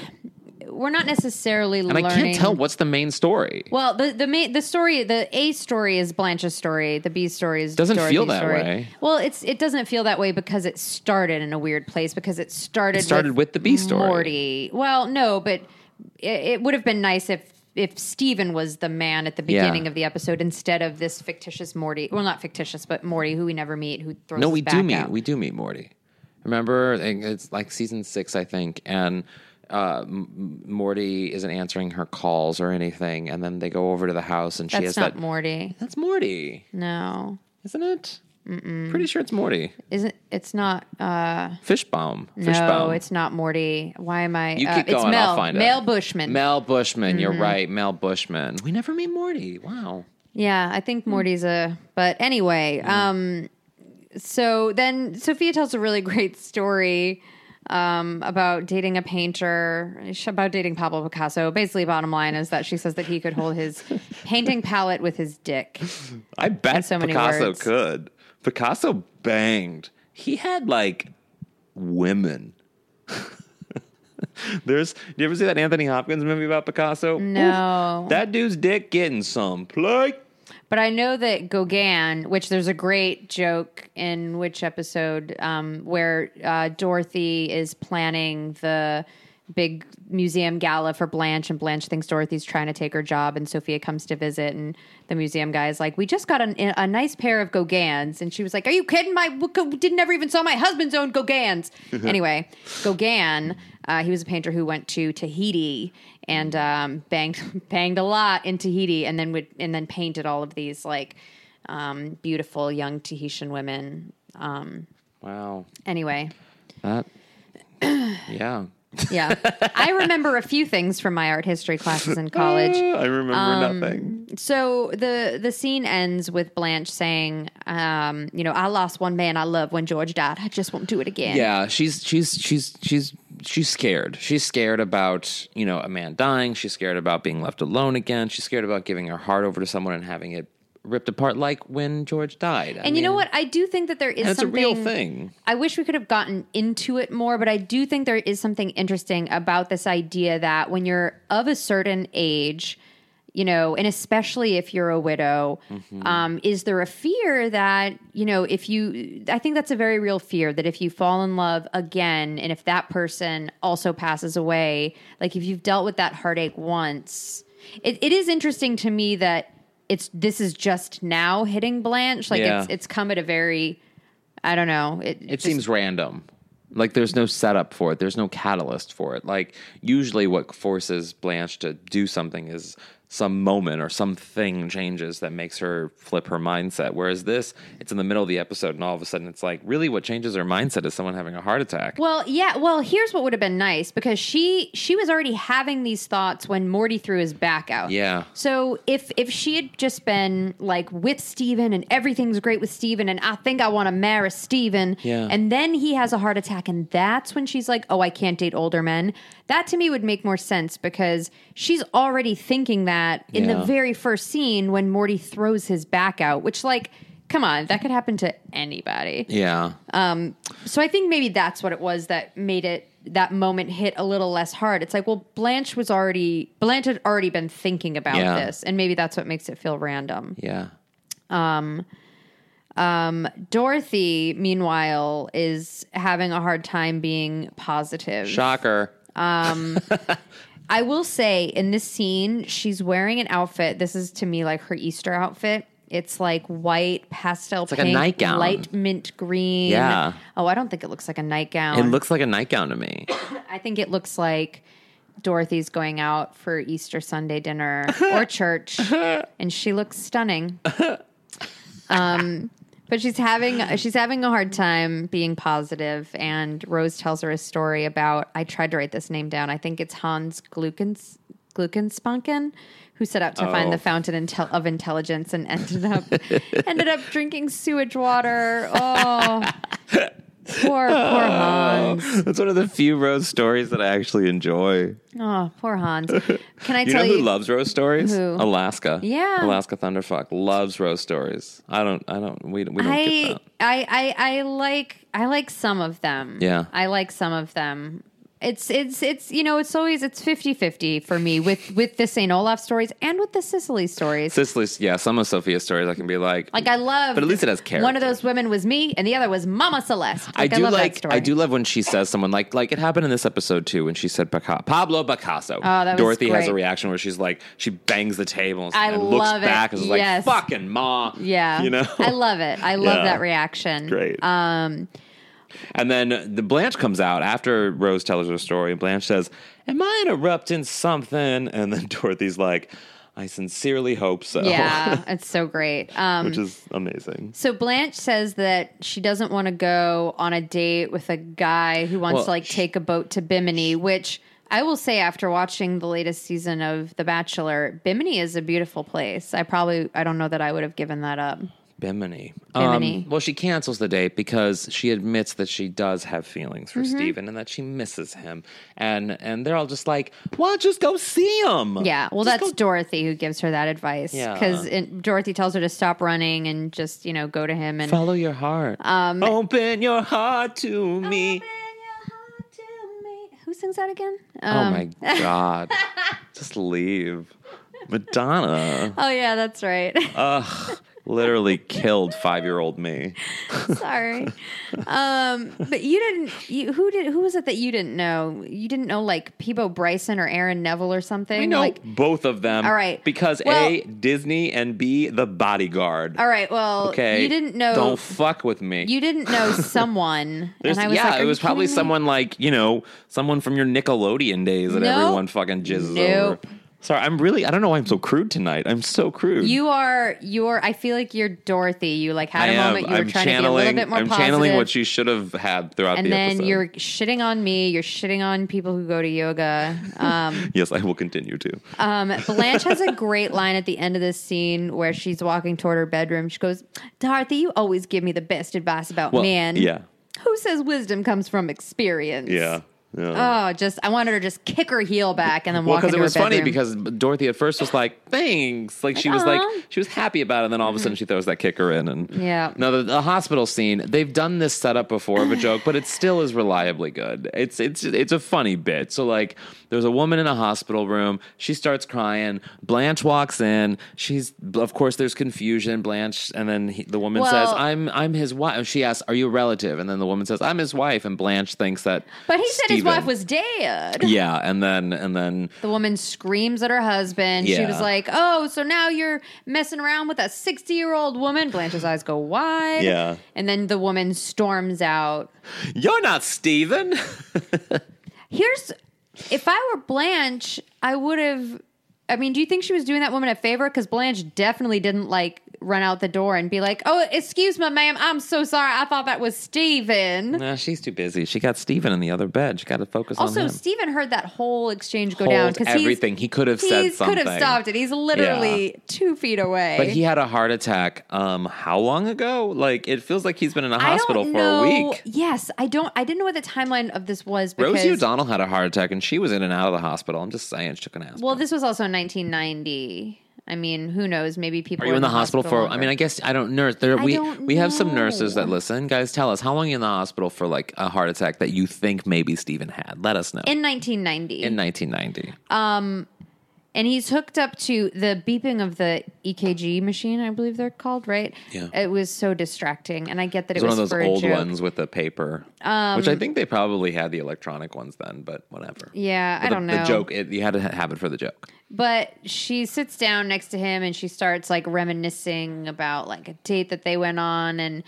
Speaker 3: we're not necessarily
Speaker 4: and
Speaker 3: learning.
Speaker 4: I can't tell what's the main story.
Speaker 3: Well, the the main, the story, the A story is Blanche's story. The B story is
Speaker 4: Doesn't
Speaker 3: Dorothy's
Speaker 4: feel that
Speaker 3: story.
Speaker 4: way.
Speaker 3: Well, it's it doesn't feel that way because it started in a weird place because it started
Speaker 4: It started with the B story.
Speaker 3: Morty. Well, no, but it, it would have been nice if if Steven was the man at the
Speaker 4: Yeah.
Speaker 3: beginning of the episode instead of this fictitious Morty. Well, not fictitious, but Morty who we never meet who throws.
Speaker 4: No,
Speaker 3: his
Speaker 4: we
Speaker 3: back
Speaker 4: do meet.
Speaker 3: out.
Speaker 4: We do meet Morty. Remember, And it's like season six, I think, and uh, M- M- Morty isn't answering her calls or anything, and then they go over to the house, and she
Speaker 3: That's
Speaker 4: has
Speaker 3: not
Speaker 4: that.
Speaker 3: Morty.
Speaker 4: That's Morty,
Speaker 3: No,
Speaker 4: isn't it? Pretty sure it's Morty.
Speaker 3: isn't it's not. Uh,
Speaker 4: Fishbaum.
Speaker 3: No,
Speaker 4: Fishbaum.
Speaker 3: it's not Morty. Why am I?
Speaker 4: You
Speaker 3: uh,
Speaker 4: keep going.
Speaker 3: It's Mel.
Speaker 4: I'll find
Speaker 3: Mel
Speaker 4: it.
Speaker 3: Bushman. Mm-hmm.
Speaker 4: Mel Bushman. You're right. Mel Bushman. We never meet Morty. Wow.
Speaker 3: Yeah, I think Morty's a. But anyway,
Speaker 4: Mm.
Speaker 3: um, so then Sophia tells a really great story um, about dating a painter, sh- about dating Pablo Picasso. Basically, bottom line is that she says that he could hold his painting palette with his dick.
Speaker 4: I bet
Speaker 3: so many
Speaker 4: Picasso
Speaker 3: words.
Speaker 4: could. Picasso banged. He had like women. There's. You ever see that Anthony Hopkins movie about Picasso?
Speaker 3: No.
Speaker 4: Oof. that dude's dick getting some play.
Speaker 3: But I know that Gauguin, which there's a great joke in which episode um, where uh, Dorothy is planning the big museum gala for Blanche, and Blanche thinks Dorothy's trying to take her job, and Sophia comes to visit, and the museum guy is like, "We just got an, a nice pair of Gauguins," and she was like, "Are you kidding? My didn't ever even saw my husband's own Gauguins." anyway, Gauguin, uh, he was a painter who went to Tahiti and um, banged banged a lot in Tahiti, and then would and then painted all of these like um, beautiful young Tahitian women. Um,
Speaker 4: Wow.
Speaker 3: anyway,
Speaker 4: That. Yeah.
Speaker 3: yeah, I remember a few things from my art history classes in college.
Speaker 4: I remember
Speaker 3: Um,
Speaker 4: nothing.
Speaker 3: So the the scene ends with Blanche saying, um, "You know, I lost one man I love when George died. I just won't do it again."
Speaker 4: Yeah, she's she's she's she's she's scared. She's scared about you know a man dying. She's scared about being left alone again. She's scared about giving her heart over to someone and having it ripped apart, like when George died.
Speaker 3: And you know what? I do think that there is
Speaker 4: And it's a
Speaker 3: something.
Speaker 4: real thing.
Speaker 3: I wish we could have gotten into it more, but I do think there is something interesting about this idea that when you're of a certain age, you know, and especially if you're a widow, um, is there a fear that, you know, if you, I think that's a very real fear that if you fall in love again and if that person also passes away, like if you've dealt with that heartache once, it, it is interesting to me that it's, this is just now hitting Blanche. Like
Speaker 4: Yeah.
Speaker 3: it's, it's come at a very, I don't know. It,
Speaker 4: It seems random. Like there's no setup for it. There's no catalyst for it. Like usually what forces Blanche to do something is some moment or something changes that makes her flip her mindset. Whereas this, it's in the middle of the episode and all of a sudden it's like really what changes her mindset is someone having a heart attack.
Speaker 3: Well, yeah. Well, here's what would have been nice because she she was already having these thoughts when Morty threw his back out.
Speaker 4: Yeah.
Speaker 3: So if if she had just been like with Steven and everything's great with Steven and I think I want to marry Steven
Speaker 4: Yeah.
Speaker 3: and then he has a heart attack and that's when she's like, "Oh, I can't date older men." That to me would make more sense because she's already thinking that in the
Speaker 4: Yeah.
Speaker 3: very first scene when Morty throws his back out, which like Come on, that could happen to anybody.
Speaker 4: yeah.
Speaker 3: Uh, So I think maybe that's what it was that made it that moment hit a little less hard. It's like, well, Blanche was already Blanche had already been thinking about
Speaker 4: Yeah.
Speaker 3: this, and maybe that's what makes it feel random.
Speaker 4: yeah.
Speaker 3: Dorothy, meanwhile, is having a hard time being positive.
Speaker 4: Shocker.
Speaker 3: I will say in this scene, she's wearing an outfit. This is to me like her Easter outfit. It's like white pastel
Speaker 4: like a
Speaker 3: pink,
Speaker 4: nightgown.
Speaker 3: light mint green.
Speaker 4: Yeah.
Speaker 3: Oh, I don't think it looks like a nightgown.
Speaker 4: It looks like a nightgown to me.
Speaker 3: I think it looks like Dorothy's going out for Easter Sunday dinner or church, and she looks stunning. Um, but she's having she's having a hard time being positive, and Rose tells her a story about. I tried to write this name down. I think it's Hans Gluckens Gluckenspunken. Who set out to
Speaker 4: Oh.
Speaker 3: find the fountain intel- of intelligence and ended up ended up drinking sewage water? Oh, poor poor Hans.
Speaker 4: That's one of the few Rose stories that I actually enjoy.
Speaker 3: Oh, poor Hans. Can I
Speaker 4: You know
Speaker 3: tell
Speaker 4: who
Speaker 3: you?
Speaker 4: loves Rose stories?
Speaker 3: Who?
Speaker 4: Alaska.
Speaker 3: Yeah.
Speaker 4: Alaska Thunderfuck loves Rose stories. I don't. I don't. We, we don't
Speaker 3: I,
Speaker 4: get that.
Speaker 3: I I I like I like some of them.
Speaker 4: Yeah.
Speaker 3: I like some of them. It's it's it's you know it's always it's 50-50 for me with with the St. Olaf stories and with the Sicily stories.
Speaker 4: Sicily's. Yeah. Some of Sophia's stories I can be like.
Speaker 3: like I love
Speaker 4: But at least it has character.
Speaker 3: One of those women was me and the other was Mama Celeste.
Speaker 4: I
Speaker 3: Like,
Speaker 4: do
Speaker 3: love
Speaker 4: like
Speaker 3: that story.
Speaker 4: I do love when she says someone like like it happened in this episode too when she said Pica- Pablo Picasso.
Speaker 3: Oh, that was
Speaker 4: Dorothy has a
Speaker 3: great.
Speaker 4: reaction where she's like she bangs the table and,
Speaker 3: I
Speaker 4: and
Speaker 3: love
Speaker 4: looks
Speaker 3: it.
Speaker 4: back and is
Speaker 3: Yes.
Speaker 4: like fucking ma.
Speaker 3: Yeah.
Speaker 4: you know
Speaker 3: I love it. I love
Speaker 4: Yeah.
Speaker 3: that reaction.
Speaker 4: Great.
Speaker 3: Um
Speaker 4: And then the Blanche comes out after Rose tells her story, and Blanche says, "Am I interrupting something?" And then Dorothy's like, "I sincerely hope so."
Speaker 3: yeah, it's so great. Um
Speaker 4: which is amazing.
Speaker 3: So Blanche says that she doesn't want to go on a date with a guy who wants
Speaker 4: Well,
Speaker 3: to like
Speaker 4: sh-
Speaker 3: take a boat to Bimini, which I will say after watching the latest season of The Bachelor, Bimini is a beautiful place. I probably I don't know that I would have given that up.
Speaker 4: Bimini.
Speaker 3: Bimini.
Speaker 4: Um, well, she cancels the date because she admits that she does have feelings for
Speaker 3: Mm-hmm.
Speaker 4: Steven and that she misses him. And and they're all just like, "Why don't you just go see him?"
Speaker 3: Yeah, well,
Speaker 4: Just
Speaker 3: that's
Speaker 4: go-
Speaker 3: Dorothy who gives her that advice
Speaker 4: Yeah.
Speaker 3: because Dorothy tells her to stop running and just you know go to him and
Speaker 4: follow your heart. Um, Open your heart to me.
Speaker 3: Who sings that again? Um,
Speaker 4: oh my god! just leave, Madonna.
Speaker 3: oh yeah, that's right.
Speaker 4: Ugh, literally killed five year old me.
Speaker 3: Sorry. Um, but you didn't. You, who did? Who was it that you didn't know? You didn't know like Peebo Bryson or Aaron Neville or something.
Speaker 4: I know
Speaker 3: Like,
Speaker 4: both of them.
Speaker 3: All right.
Speaker 4: Because
Speaker 3: Well-
Speaker 4: A, Disney, and B, the bodyguard.
Speaker 3: all right. Well,
Speaker 4: Okay.
Speaker 3: you didn't know.
Speaker 4: Don't fuck with me.
Speaker 3: you didn't know someone.
Speaker 4: There's-
Speaker 3: and I was
Speaker 4: yeah,
Speaker 3: like,
Speaker 4: it
Speaker 3: "Are
Speaker 4: was
Speaker 3: you
Speaker 4: probably
Speaker 3: kidding me?"
Speaker 4: someone like, you know, someone from your Nickelodeon days that
Speaker 3: Nope.
Speaker 4: everyone fucking jizzes
Speaker 3: Nope.
Speaker 4: over. Sorry, I'm really, I don't know why I'm so crude tonight. I'm so crude.
Speaker 3: You are. You're. I feel like you're Dorothy. You like
Speaker 4: I
Speaker 3: had a
Speaker 4: am.
Speaker 3: moment. You
Speaker 4: I'm
Speaker 3: were trying to be a
Speaker 4: channeling,
Speaker 3: little bit more
Speaker 4: I'm
Speaker 3: positive.
Speaker 4: channeling what you should have had throughout
Speaker 3: and
Speaker 4: the
Speaker 3: then
Speaker 4: episode.
Speaker 3: you're shitting on me. You're shitting on people who go to yoga. Um,
Speaker 4: yes, I will continue to.
Speaker 3: Um, Blanche has a great line at the end of this scene where she's walking toward her bedroom. She goes, Dorothy, you always give me the best advice about
Speaker 4: Well,
Speaker 3: man.
Speaker 4: yeah.
Speaker 3: Who says wisdom comes from experience?
Speaker 4: Yeah. yeah.
Speaker 3: Oh, just I wanted her to just kick her heel back and then
Speaker 4: Well,
Speaker 3: walk
Speaker 4: because
Speaker 3: into
Speaker 4: it was
Speaker 3: her bedroom.
Speaker 4: funny because Dorothy at first was like, "Thanks," like, she was like,
Speaker 3: "Aw."
Speaker 4: she was happy about it, and then all of a sudden she throws that kicker in, and
Speaker 3: Yeah.
Speaker 4: No, the, the hospital scene they've done this setup before of a joke, but it still is reliably good. It's it's it's a funny bit. So like, there's a woman in a hospital room. She starts crying. Blanche walks in. She's of course there's confusion. Blanche, and then he, the woman says,
Speaker 3: Well-
Speaker 4: "I'm I'm his wife." She asks, "Are you a relative?" And then the woman says, "I'm his wife," and Blanche thinks that.
Speaker 3: but he said his
Speaker 4: Steven-
Speaker 3: wife was dead.
Speaker 4: Yeah, and then and then
Speaker 3: The woman screams at her husband. She
Speaker 4: Yeah.
Speaker 3: was like, "Oh, so now you're messing around with a 60-year-old woman." Blanche's eyes go wide.
Speaker 4: Yeah.
Speaker 3: And then the woman storms out.
Speaker 4: You're not Steven.
Speaker 3: Here's if I were Blanche, I would have. I mean, do you think she was doing that woman a favor? Because Blanche definitely didn't like run out the door and be like, "Oh, excuse me, ma'am, I'm so sorry. I thought that was Steven.
Speaker 4: no, she's too busy. She got Steven in the other bed. She got to focus on
Speaker 3: Also,
Speaker 4: him.
Speaker 3: Steven heard that whole exchange go
Speaker 4: Hold
Speaker 3: down because
Speaker 4: everything. He could have
Speaker 3: He
Speaker 4: said
Speaker 3: could
Speaker 4: something.
Speaker 3: have stopped it. He's literally two feet away.
Speaker 4: But he had a heart attack. Um, how long ago? Like it feels like he's been in a
Speaker 3: I
Speaker 4: hospital
Speaker 3: don't
Speaker 4: for
Speaker 3: know.
Speaker 4: a week.
Speaker 3: Yes, I don't. I didn't know what the timeline of this was. Because,
Speaker 4: Rosie O'Donnell had a heart attack, and she was in and out of the hospital. I'm just saying, she took an aspirin.
Speaker 3: Well, this was also 1990. I mean, who knows? Maybe people
Speaker 4: Are you
Speaker 3: were
Speaker 4: in the hospital, for? I
Speaker 3: longer.
Speaker 4: mean, I guess I don't nurse. There,
Speaker 3: I
Speaker 4: we
Speaker 3: don't
Speaker 4: we have some nurses
Speaker 3: know.
Speaker 4: that listen. Guys, tell us how long are you in the hospital for, like a heart attack that you think maybe Steven had. Let us know
Speaker 3: in 1990.
Speaker 4: in 1990.
Speaker 3: and he's hooked up to the beeping of the EKG machine. I believe they're called, right?
Speaker 4: Yeah.
Speaker 3: It was so distracting, and I get that
Speaker 4: It's
Speaker 3: it
Speaker 4: one
Speaker 3: was
Speaker 4: of those
Speaker 3: for
Speaker 4: old
Speaker 3: a joke. Um,
Speaker 4: ones with the paper, which I think they probably had the electronic ones then, but whatever.
Speaker 3: Yeah, I
Speaker 4: the,
Speaker 3: don't
Speaker 4: the
Speaker 3: know.
Speaker 4: joke. It, you had to ha- have it for the joke.
Speaker 3: But she sits down next to him and she starts like reminiscing about like a date that they went on and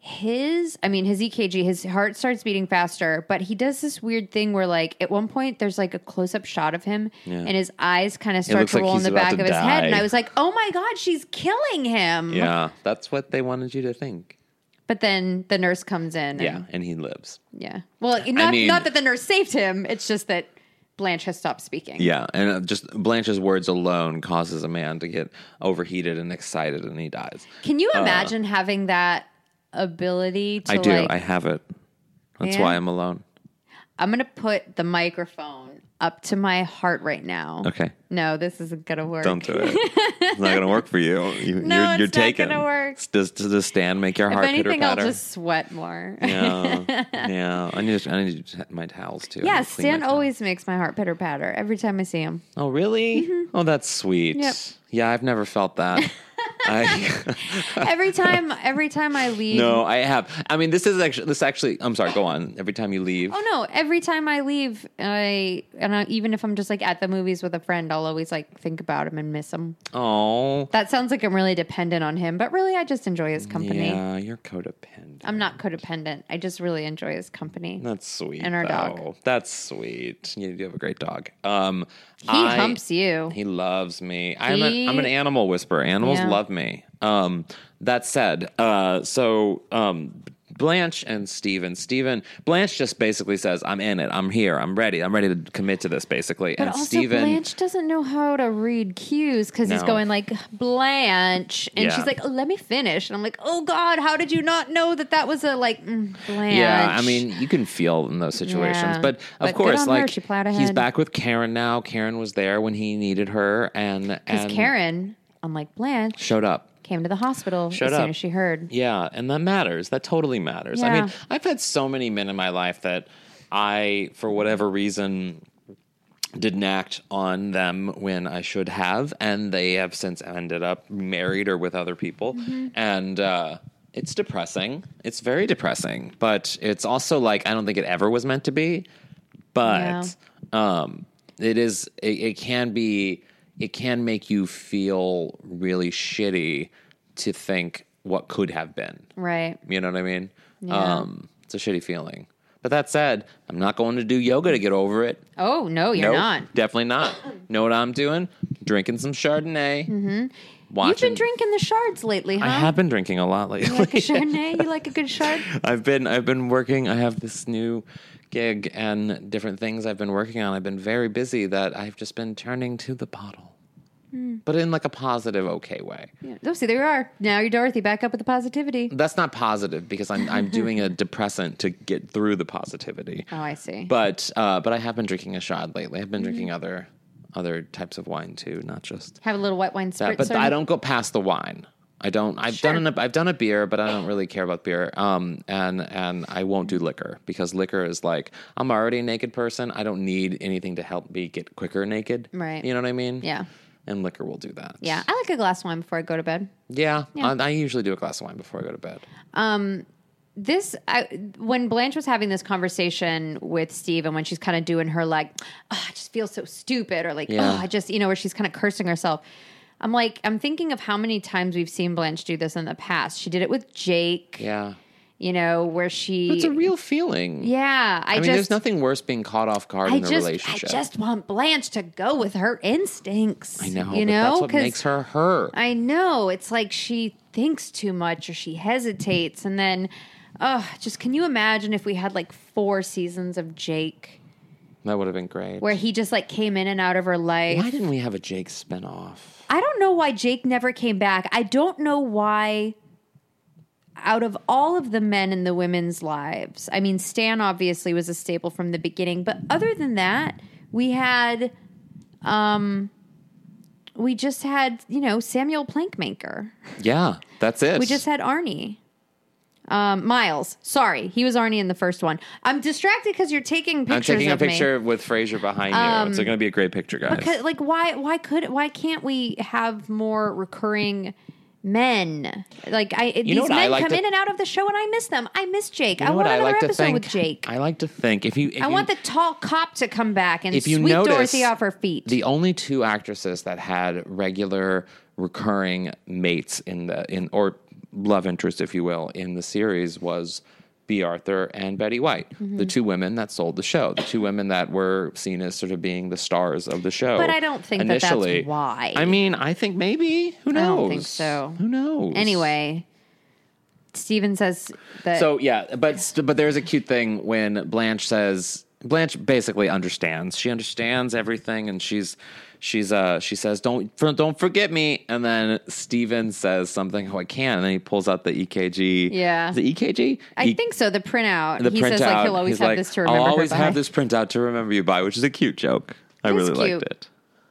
Speaker 3: his I mean his EKG his heart starts beating faster but he does this weird thing where like at one point there's like a close up shot of him and his eyes kind of start
Speaker 4: looks
Speaker 3: to
Speaker 4: like
Speaker 3: roll in
Speaker 4: he's
Speaker 3: the
Speaker 4: about
Speaker 3: back
Speaker 4: to
Speaker 3: of his head and
Speaker 4: die.
Speaker 3: I was like oh my god she's killing him
Speaker 4: Yeah, that's what they wanted you to think.
Speaker 3: but then the nurse comes in and-
Speaker 4: Yeah, and he lives.
Speaker 3: yeah well not
Speaker 4: mean-
Speaker 3: not that the nurse saved him it's just that Blanche has stopped speaking
Speaker 4: Yeah, and uh, just Blanche's words alone causes a man to get overheated and excited, and he dies.
Speaker 3: Can you imagine having that ability to
Speaker 4: Uh, I do.
Speaker 3: like
Speaker 4: I have it. That's
Speaker 3: Yeah.
Speaker 4: why I'm alone.
Speaker 3: I'm gonna put the microphone up to my heart right now.
Speaker 4: Okay.
Speaker 3: No, this isn't gonna work.
Speaker 4: Don't do it. it's not gonna work for you. you
Speaker 3: No,
Speaker 4: you're,
Speaker 3: it's not
Speaker 4: you're taken.
Speaker 3: gonna work.
Speaker 4: Does does the stand make your
Speaker 3: if
Speaker 4: heart
Speaker 3: anything, I'll
Speaker 4: pitter patter?
Speaker 3: just sweat more.
Speaker 4: yeah, yeah. I need to, I need to t- my towels too. I
Speaker 3: yeah,
Speaker 4: need to clean my
Speaker 3: Stan
Speaker 4: towels.
Speaker 3: always makes my heart pitter patter every time I see him.
Speaker 4: Oh really? Oh, that's sweet.
Speaker 3: Mm-hmm. Yep.
Speaker 4: Yeah, I've never felt that. I
Speaker 3: Every time, every time I leave.
Speaker 4: no, I have. I mean, this is actually this actually. I'm sorry. Go on. Every time you leave.
Speaker 3: Oh no! Every time I leave, I and I, even if I'm just like at the movies with a friend, I'll always like think about him and miss him.
Speaker 4: Oh.
Speaker 3: That sounds like I'm really dependent on him, but really, I just enjoy his company.
Speaker 4: Yeah, you're codependent.
Speaker 3: I'm not codependent. I just really enjoy his company.
Speaker 4: That's sweet.
Speaker 3: And our dog.
Speaker 4: though. That's sweet. You do have a great dog. Um,
Speaker 3: He humps you.
Speaker 4: He loves me. I'm, a, I'm an
Speaker 3: He-
Speaker 4: animal whisperer. Animals
Speaker 3: Yeah.
Speaker 4: love me. Um, that said, uh, so um, Blanche and Steven. Steven, Blanche just basically says, I'm in it. I'm here. I'm ready. I'm ready to commit to this, basically.
Speaker 3: But
Speaker 4: and
Speaker 3: also,
Speaker 4: Steven.
Speaker 3: Blanche doesn't know how to read cues because he's
Speaker 4: No.
Speaker 3: going like Blanche, and
Speaker 4: Yeah.
Speaker 3: she's like, "Let me finish," and I'm like, "Oh God, how did you not know that that was a like mm, Blanche?"
Speaker 4: Yeah, I mean, you can feel in those situations,
Speaker 3: Yeah.
Speaker 4: but of
Speaker 3: But good
Speaker 4: course,
Speaker 3: on her.
Speaker 4: like
Speaker 3: She plowed
Speaker 4: he's
Speaker 3: ahead.
Speaker 4: back with Karen now. Karen was there when he needed her, and and
Speaker 3: because Karen, unlike Blanche,
Speaker 4: showed up.
Speaker 3: came to the hospital
Speaker 4: Showed
Speaker 3: as soon
Speaker 4: up.
Speaker 3: as she heard.
Speaker 4: Yeah, and that matters. That totally matters. I mean,
Speaker 3: Yeah.
Speaker 4: I've had so many men in my life that I, for whatever reason, didn't act on them when I should have, and they have since ended up married or with other people, and. uh it's depressing. It's very depressing, but it's also like I don't think it ever was meant to be, but um it is it, it can be it can make you feel really shitty to think what could have been.
Speaker 3: Right?
Speaker 4: You know what I mean?
Speaker 3: Yeah.
Speaker 4: Um, it's a shitty feeling. But that said, I'm not going to do yoga to get over it.
Speaker 3: Oh no, you're
Speaker 4: Nope,
Speaker 3: not.
Speaker 4: Definitely not. know what I'm doing? Drinking some Chardonnay. Mm-hmm. Watching.
Speaker 3: You've been drinking the shards lately, huh?
Speaker 4: I have been drinking a lot lately.
Speaker 3: You like a Chardonnay? You like a good shard?
Speaker 4: I've been I've been working. I have this new gig and different things I've been working on. I've been very busy that I've just been turning to the bottle. But in like a positive okay way.
Speaker 3: Yeah. Oh, see, there you are. Now you're Dorothy. Back up with the positivity.
Speaker 4: That's not positive because I'm I'm doing a depressant to get through the positivity.
Speaker 3: Oh, I see.
Speaker 4: But uh, but I have been drinking a shad lately. I've been drinking other other types of wine too, not just
Speaker 3: have a little white wine
Speaker 4: that.
Speaker 3: spritzer.
Speaker 4: But I don't go past the wine. I don't. I've
Speaker 3: Sure.
Speaker 4: done an, I've done a beer, but I don't really care about beer. Um, and and I won't do liquor because liquor is like I'm already a naked person. I don't need anything to help me get quicker naked.
Speaker 3: Right.
Speaker 4: You know what I mean?
Speaker 3: Yeah.
Speaker 4: And liquor will do that.
Speaker 3: Yeah, I like a glass of wine before I go to bed.
Speaker 4: Yeah. I, I usually do a glass of wine before I go to bed.
Speaker 3: This, I, when Blanche was having this conversation with Steve, and when she's kind of doing her like, oh, I just feel so stupid, or like,
Speaker 4: Yeah.
Speaker 3: oh, I just, you know, where she's kind of cursing herself. I'm like, I'm thinking of how many times we've seen Blanche do this in the past. She did it with Jake,
Speaker 4: Yeah.
Speaker 3: you know, where she,
Speaker 4: It's a real feeling.
Speaker 3: yeah, I,
Speaker 4: I mean, there's
Speaker 3: just,
Speaker 4: nothing worse being caught off guard
Speaker 3: I
Speaker 4: in a
Speaker 3: just, I
Speaker 4: relationship.
Speaker 3: just want Blanche to go with her instincts.
Speaker 4: I know.
Speaker 3: you
Speaker 4: but
Speaker 3: know,
Speaker 4: that's what
Speaker 3: 'Cause-
Speaker 4: makes her her.
Speaker 3: I know. It's like she thinks too much or she hesitates. And then, oh, just can you imagine if we had like four seasons of Jake
Speaker 4: that would have been great.
Speaker 3: where he just like came in and out of her life?
Speaker 4: Why didn't we have a Jake spinoff?
Speaker 3: I don't know why Jake never came back. I don't know why. Out of all of the men in the women's lives, I mean, Stan obviously was a staple from the beginning, but other than that, we had, um, we just had you know Samuel Plankmaker.
Speaker 4: Yeah, that's it.
Speaker 3: We just had Arnie. Um, Miles, sorry, he was Arnie in the first one. I'm distracted because you're taking
Speaker 4: I'm
Speaker 3: pictures.
Speaker 4: taking a
Speaker 3: of me. Um,
Speaker 4: picture with Frasier behind you. It's going to be a great picture, guys.
Speaker 3: Because, like, why? Why could? Why can't we have more recurring men? Like, I these
Speaker 4: know what I
Speaker 3: men
Speaker 4: like
Speaker 3: come
Speaker 4: to-
Speaker 3: in and out of the show, and I miss them. I miss Jake.
Speaker 4: You know
Speaker 3: I
Speaker 4: what
Speaker 3: want another
Speaker 4: like to
Speaker 3: episode
Speaker 4: think?
Speaker 3: with Jake. I,
Speaker 4: I like to think if you, if you-
Speaker 3: want the tall cop to come back and
Speaker 4: If you
Speaker 3: sweep
Speaker 4: notice,
Speaker 3: Dorothy off her feet.
Speaker 4: the only two actresses that had regular recurring mates in the in or love interest if you will in the series was B Arthur and Betty White
Speaker 3: Mm-hmm.
Speaker 4: the two women that sold the show the two women that were seen as sort of being the stars of the show
Speaker 3: But I don't think that that's
Speaker 4: initially.
Speaker 3: why.
Speaker 4: I mean I think maybe who knows
Speaker 3: I don't think so.
Speaker 4: who knows
Speaker 3: anyway, Steven says that.
Speaker 4: so yeah, but st- but there's a cute thing when Blanche says Blanche basically understands. She understands everything, and she's she's uh she says don't for, don't forget me, and then Steven says something. Oh, I can, and then he pulls out the E EKG.
Speaker 3: Yeah.
Speaker 4: the EKG.
Speaker 3: I
Speaker 4: E-
Speaker 3: think so. The printout.
Speaker 4: the
Speaker 3: he
Speaker 4: printout.
Speaker 3: says like he'll always
Speaker 4: he's
Speaker 3: have
Speaker 4: like,
Speaker 3: this to remember.
Speaker 4: I'll always
Speaker 3: her by.
Speaker 4: have this printout to remember you by, which is a cute joke. I
Speaker 3: It is
Speaker 4: really liked
Speaker 3: cute.
Speaker 4: it.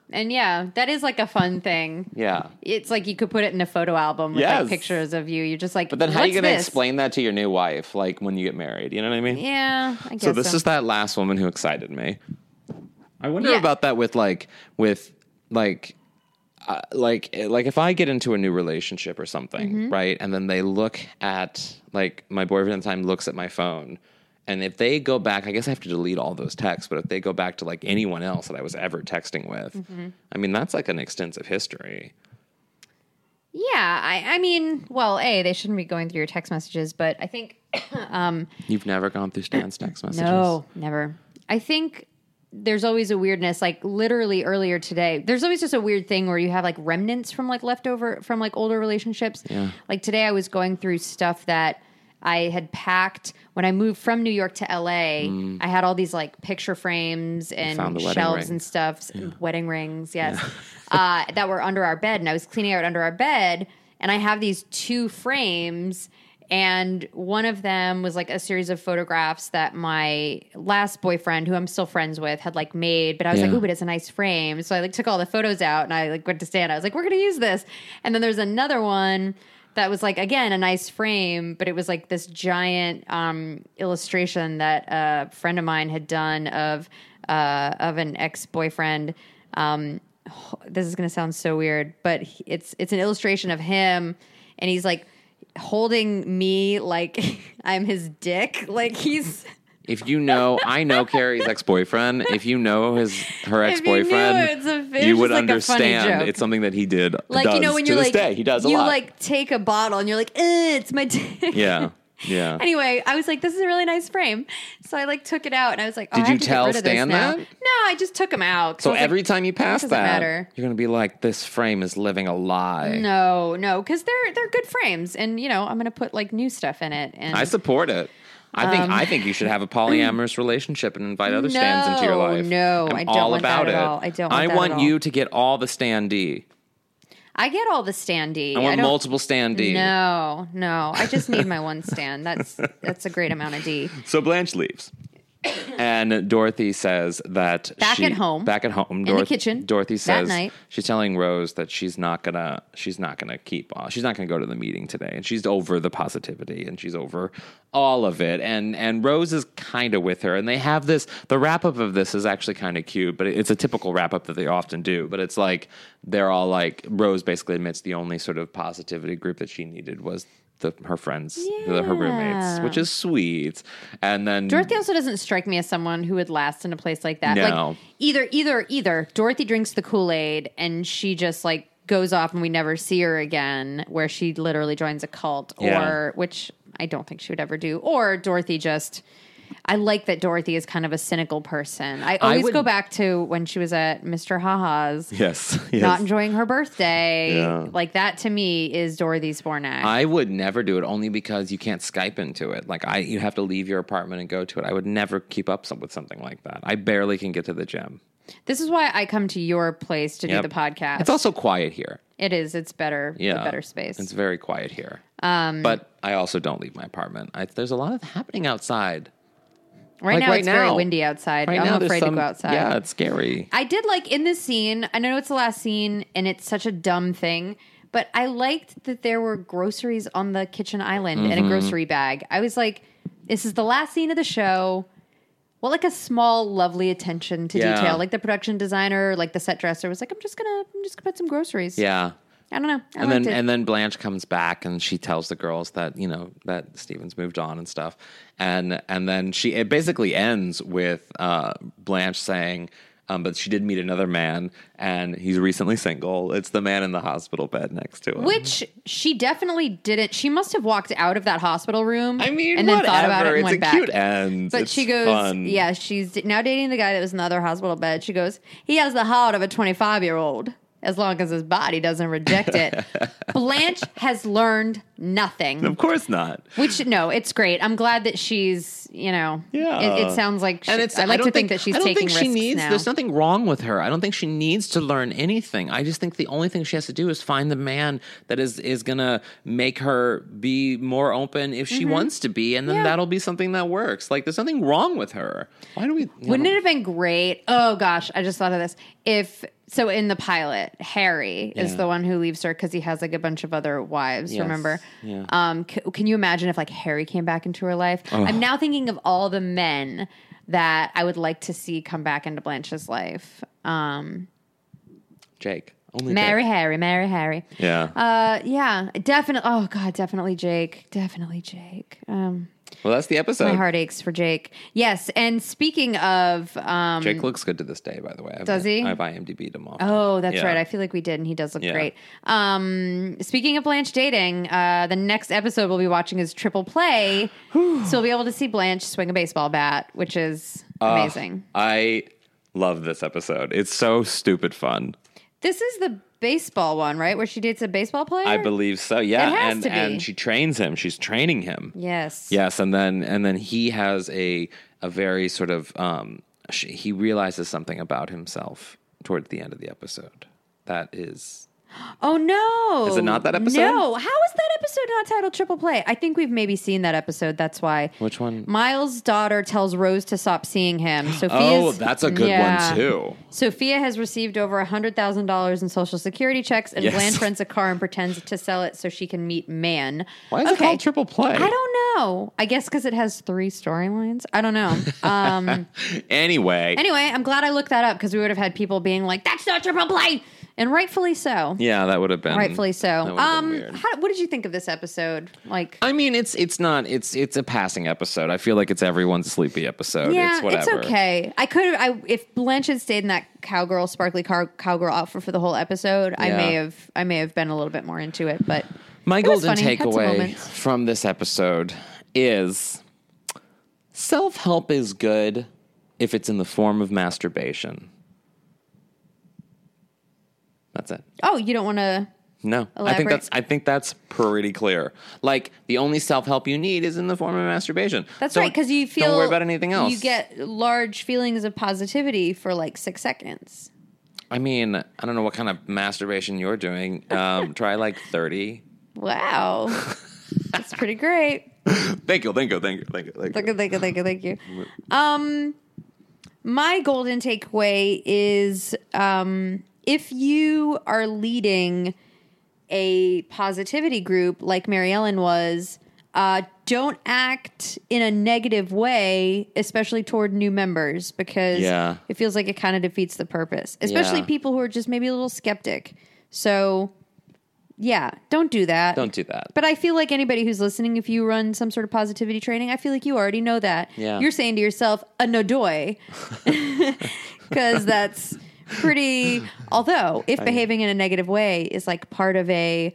Speaker 3: And yeah, that is like a fun thing.
Speaker 4: Yeah.
Speaker 3: It's like you could put it in a photo album with
Speaker 4: Yes.
Speaker 3: like pictures of you. You're just like,
Speaker 4: But then, how are you
Speaker 3: "What's
Speaker 4: going to
Speaker 3: this?"
Speaker 4: explain that to your new wife, like when you get married? You know what I mean?
Speaker 3: Yeah, I guess
Speaker 4: So this is that last woman who excited me. I wonder
Speaker 3: Yeah.
Speaker 4: about that with like with like uh, like like if I get into a new relationship or something,
Speaker 3: Mm-hmm.
Speaker 4: right? And then they look at like my boyfriend at the time looks at my phone. And if they go back, I guess I have to delete all those texts, but if they go back to like anyone else that I was ever texting with,
Speaker 3: Mm-hmm.
Speaker 4: I mean, that's like an extensive history.
Speaker 3: yeah. I, I mean, well, a they shouldn't be going through your text messages, but I think
Speaker 4: You've never gone through Stan's text messages?
Speaker 3: No, never. I think there's always a weirdness. Like literally earlier today, there's always just a weird thing where you have like remnants from like leftover from like older relationships.
Speaker 4: Yeah.
Speaker 3: Like today, I was going through stuff that I had packed when I moved from New York to LA. I had all these like picture frames
Speaker 4: Mm. found
Speaker 3: and
Speaker 4: the wedding
Speaker 3: shelves
Speaker 4: ring.
Speaker 3: and stuff, wedding rings, yes, uh, that were under our bed. And I was cleaning out under our bed, and I have these two frames. And one of them was like a series of photographs that my last boyfriend, who I'm still friends with, had like made. But I was like,
Speaker 4: Yeah.
Speaker 3: "Ooh, but it's a nice frame." So I like took all the photos out, and I like went to Stan. I was like, "We're gonna use this." And then there's another one that was like again a nice frame, but it was like this giant um, illustration that a friend of mine had done of uh, of an ex boyfriend. Um, this is going to sound so weird, but he- it's it's an illustration of him, and he's like holding me like I'm his dick, like he's.
Speaker 4: If you know, I know Carrie's ex boyfriend. If you know his her
Speaker 3: If
Speaker 4: ex
Speaker 3: you knew,
Speaker 4: boyfriend,
Speaker 3: it's a- it's
Speaker 4: you,
Speaker 3: just
Speaker 4: would
Speaker 3: like a funny
Speaker 4: understand.
Speaker 3: joke.
Speaker 4: It's something that he did.
Speaker 3: Like you
Speaker 4: does
Speaker 3: know when
Speaker 4: to
Speaker 3: you're
Speaker 4: this
Speaker 3: like
Speaker 4: day, he does a
Speaker 3: you
Speaker 4: lot.
Speaker 3: like take a bottle and you're like "Eh, it's my dick.
Speaker 4: yeah, yeah.
Speaker 3: Anyway, I was like, "This is a really nice frame," so I like took it out and I was like, oh,
Speaker 4: Did
Speaker 3: I have
Speaker 4: you
Speaker 3: to
Speaker 4: tell
Speaker 3: get rid of this
Speaker 4: Stan
Speaker 3: now.
Speaker 4: that?
Speaker 3: No, I just took him out. 'cause I
Speaker 4: so
Speaker 3: was like,
Speaker 4: every time you pass
Speaker 3: doesn't
Speaker 4: that,
Speaker 3: matter.
Speaker 4: you're gonna be like, "This frame is living a lie."
Speaker 3: no, no, because they're they're good frames, and you know I'm gonna put like new stuff in it. And
Speaker 4: I support it. I
Speaker 3: Um,
Speaker 4: think I think you should have a polyamorous relationship and invite other stands into your
Speaker 3: No,
Speaker 4: life.
Speaker 3: no,
Speaker 4: I'm
Speaker 3: I don't
Speaker 4: all
Speaker 3: want that
Speaker 4: about
Speaker 3: at
Speaker 4: it.
Speaker 3: all. I don't want
Speaker 4: I
Speaker 3: that at
Speaker 4: want
Speaker 3: all.
Speaker 4: you to get all the standee.
Speaker 3: I get all the standee.
Speaker 4: I want
Speaker 3: don't-
Speaker 4: multiple standee.
Speaker 3: No, no, I just need my one stand. That's that's a great amount of D.
Speaker 4: So Blanche leaves. and Dorothy says that
Speaker 3: Back
Speaker 4: she-
Speaker 3: at home.
Speaker 4: back at home, in
Speaker 3: the kitchen,
Speaker 4: Dorothy
Speaker 3: that
Speaker 4: says
Speaker 3: night.
Speaker 4: she's telling Rose that she's not gonna she's not gonna keep on she's not gonna go to the meeting today, and she's over the positivity and she's over all of it. And and Rose is kind of with her, and they have this. The wrap up of this is actually kind of cute, but it's a typical wrap up that they often do. But it's like they're all like Rose basically admits the only sort of positivity group that she needed was. The, her friends, the, her roommates,
Speaker 3: Yeah.
Speaker 4: which is sweet, and then
Speaker 3: Dorothy also doesn't strike me as someone who would last in a place like that.
Speaker 4: No.
Speaker 3: Like either, either, either. Dorothy drinks the Kool Aid and she just like goes off and we never see her again, where she literally joins a cult,
Speaker 4: Yeah.
Speaker 3: or which I don't think she would ever do, or Dorothy just. I like that Dorothy is kind of a cynical person. I always
Speaker 4: would-
Speaker 3: go back to when she was at Mr. Haha's.
Speaker 4: Yes. yes.
Speaker 3: Not enjoying her birthday.
Speaker 4: Yeah.
Speaker 3: Like that to me is Dorothy Spornak.
Speaker 4: I would never do it only because you can't Skype into it. Like I you have to leave your apartment and go to it. I would never keep up some, with something like that. I barely can get to the gym.
Speaker 3: This is why I come to your place to
Speaker 4: Yep.
Speaker 3: do the podcast.
Speaker 4: It's also quiet here.
Speaker 3: it is. It's better.
Speaker 4: Yeah.
Speaker 3: Yeah, better space.
Speaker 4: It's very quiet here. Um but I also don't leave my apartment. I, there's a lot of happening outside.
Speaker 3: right
Speaker 4: like
Speaker 3: now,
Speaker 4: right
Speaker 3: it's very
Speaker 4: now.
Speaker 3: windy outside.
Speaker 4: Right now
Speaker 3: I'm
Speaker 4: there's
Speaker 3: afraid
Speaker 4: some-
Speaker 3: to go outside.
Speaker 4: Yeah, it's scary.
Speaker 3: I did like in this scene. I know it's the last scene, and it's such a dumb thing, But I liked that there were groceries on the kitchen island and
Speaker 4: Mm-hmm.
Speaker 3: a grocery bag. I was like, this is the last scene of the show. Well, like a small, lovely attention to
Speaker 4: Yeah.
Speaker 3: detail. Like the production designer, like the set dresser was like, I'm just gonna, I'm just gonna put some groceries.
Speaker 4: Yeah.
Speaker 3: I don't know. I
Speaker 4: and
Speaker 3: liked
Speaker 4: then
Speaker 3: it.
Speaker 4: and then Blanche comes back and she tells the girls that you know that Steven's moved on and stuff, and and then she it basically ends with uh, Blanche saying, um, "But she did meet another man, and he's recently single. It's the man in the hospital bed next to him."
Speaker 3: Which she definitely didn't. She must have walked out of that hospital room.
Speaker 4: I mean,
Speaker 3: and then thought about it
Speaker 4: whatever.
Speaker 3: and
Speaker 4: it's
Speaker 3: went
Speaker 4: a
Speaker 3: back.
Speaker 4: cute end,
Speaker 3: But
Speaker 4: It's
Speaker 3: she goes,
Speaker 4: fun.
Speaker 3: yeah, she's d- now dating the guy that was in the other hospital bed. She goes, he has the heart of a 25 year old as long as his body doesn't reject it. Blanche has learned nothing,
Speaker 4: Of course not.
Speaker 3: which, no, it's great. I'm glad that she's, you know,
Speaker 4: Yeah.
Speaker 3: it, it sounds like she,
Speaker 4: and it's,
Speaker 3: I like
Speaker 4: don't
Speaker 3: to think, that she's
Speaker 4: I don't
Speaker 3: taking
Speaker 4: think she
Speaker 3: risks
Speaker 4: needs,
Speaker 3: now.
Speaker 4: There's nothing wrong with her. I don't think she needs to learn anything. I just think the only thing she has to do is find the man that is is gonna make her be more open if she wants to be, and then
Speaker 3: Mm-hmm. Yeah.
Speaker 4: that'll be something that works. Like there's nothing wrong with her. Why do we?
Speaker 3: Wouldn't it have been great? Oh gosh, I just thought of this. If so, in the pilot, Harry is
Speaker 4: Yeah.
Speaker 3: the one who leaves her because he has like a bunch of other wives.
Speaker 4: Yes.
Speaker 3: Remember?
Speaker 4: Yeah.
Speaker 3: Um, c- can you imagine if like Harry came back into her life? I'm now thinking of all the men that I would like to see come back into Blanche's life. Um,
Speaker 4: Jake? Only
Speaker 3: marry
Speaker 4: Jake.
Speaker 3: Harry, marry Harry.
Speaker 4: Yeah.
Speaker 3: Uh, yeah, definitely. Oh god, definitely Jake, definitely Jake. Um,
Speaker 4: well, that's the episode.
Speaker 3: my heart aches for Jake. Yes, and speaking of um.
Speaker 4: Jake looks good to this day, by the way. I've,
Speaker 3: Does he?
Speaker 4: I've IMDb'd him off.
Speaker 3: Oh, that's
Speaker 4: Yeah.
Speaker 3: right. I feel like we did, and he does look
Speaker 4: Yeah.
Speaker 3: great. Um, speaking of Blanche dating, uh, the next episode we'll be watching is Triple Play, so we'll be able to see Blanche swing a baseball bat, which is amazing.
Speaker 4: I love this episode. It's so stupid fun.
Speaker 3: This is the baseball one, right? Where she dates a baseball player.
Speaker 4: I believe so. Yeah,
Speaker 3: It has
Speaker 4: and
Speaker 3: to be.
Speaker 4: and she trains him. She's training him.
Speaker 3: Yes.
Speaker 4: Yes, and then and then he has a a very sort of um sh- he realizes something about himself toward the end of the episode. That is
Speaker 3: Oh no!
Speaker 4: Is it not that episode?
Speaker 3: No. How is that episode not titled Triple Play? I think we've maybe seen that episode. That's why.
Speaker 4: Which one?
Speaker 3: Miles' daughter tells Rose to stop seeing him. Sophia.
Speaker 4: Oh, that's a good one too.
Speaker 3: Sophia has received over $100,000 in Social Security checks, and
Speaker 4: Yes.
Speaker 3: Blanche rents a car and pretends to sell it so she can meet man.
Speaker 4: Why is it called Triple Play?
Speaker 3: I don't know. I guess because it has three storylines. I don't know. Um,
Speaker 4: Anyway,
Speaker 3: anyway, I'm glad I looked that up because we would have had people being like, that's not Triple Play! And rightfully so.
Speaker 4: yeah, that would have been
Speaker 3: Rightfully
Speaker 4: that
Speaker 3: so.
Speaker 4: would have been
Speaker 3: Um,
Speaker 4: weird.
Speaker 3: how, what did you think of this episode? Like,
Speaker 4: I mean, it's it's not it's it's a passing episode. I feel like it's everyone's sleepy episode.
Speaker 3: yeah,
Speaker 4: it's whatever.
Speaker 3: okay. I could have, I if Blanche had stayed in that cowgirl, sparkly car, cowgirl outfit for the whole episode, I
Speaker 4: Yeah.
Speaker 3: may have, I may have been a little bit more into it. But
Speaker 4: My
Speaker 3: was
Speaker 4: golden
Speaker 3: funny. Had some
Speaker 4: takeaway
Speaker 3: moments.
Speaker 4: from this episode is self help is good if it's in the form of masturbation. That's it.
Speaker 3: oh, you don't want to.
Speaker 4: No, I
Speaker 3: Elaborate.
Speaker 4: think that's I think that's pretty clear. Like the only self help you need is in the form of masturbation.
Speaker 3: That's
Speaker 4: Don't-
Speaker 3: right, because you feel
Speaker 4: don't worry about anything else.
Speaker 3: You get large feelings of positivity for like six seconds.
Speaker 4: I mean, I don't know what kind of masturbation you're doing. Um, try like thirty.
Speaker 3: Wow, that's pretty great.
Speaker 4: Thank you, thank you, thank you, thank you, thank you.
Speaker 3: Thank you, thank you, thank you, thank you. Um, my golden takeaway is um, if you are leading a positivity group like Mary Ellen was, uh, don't act in a negative way, especially toward new members, because
Speaker 4: Yeah.
Speaker 3: it feels like it kind of defeats the purpose, especially
Speaker 4: Yeah.
Speaker 3: people who are just maybe a little skeptic. So, yeah, don't do that.
Speaker 4: Don't do that.
Speaker 3: But I feel like anybody who's listening, if you run some sort of positivity training, I feel like you already know that.
Speaker 4: Yeah.
Speaker 3: You're saying to yourself, a no doy. Because that's pretty. Although, if behaving in a negative way is like part of a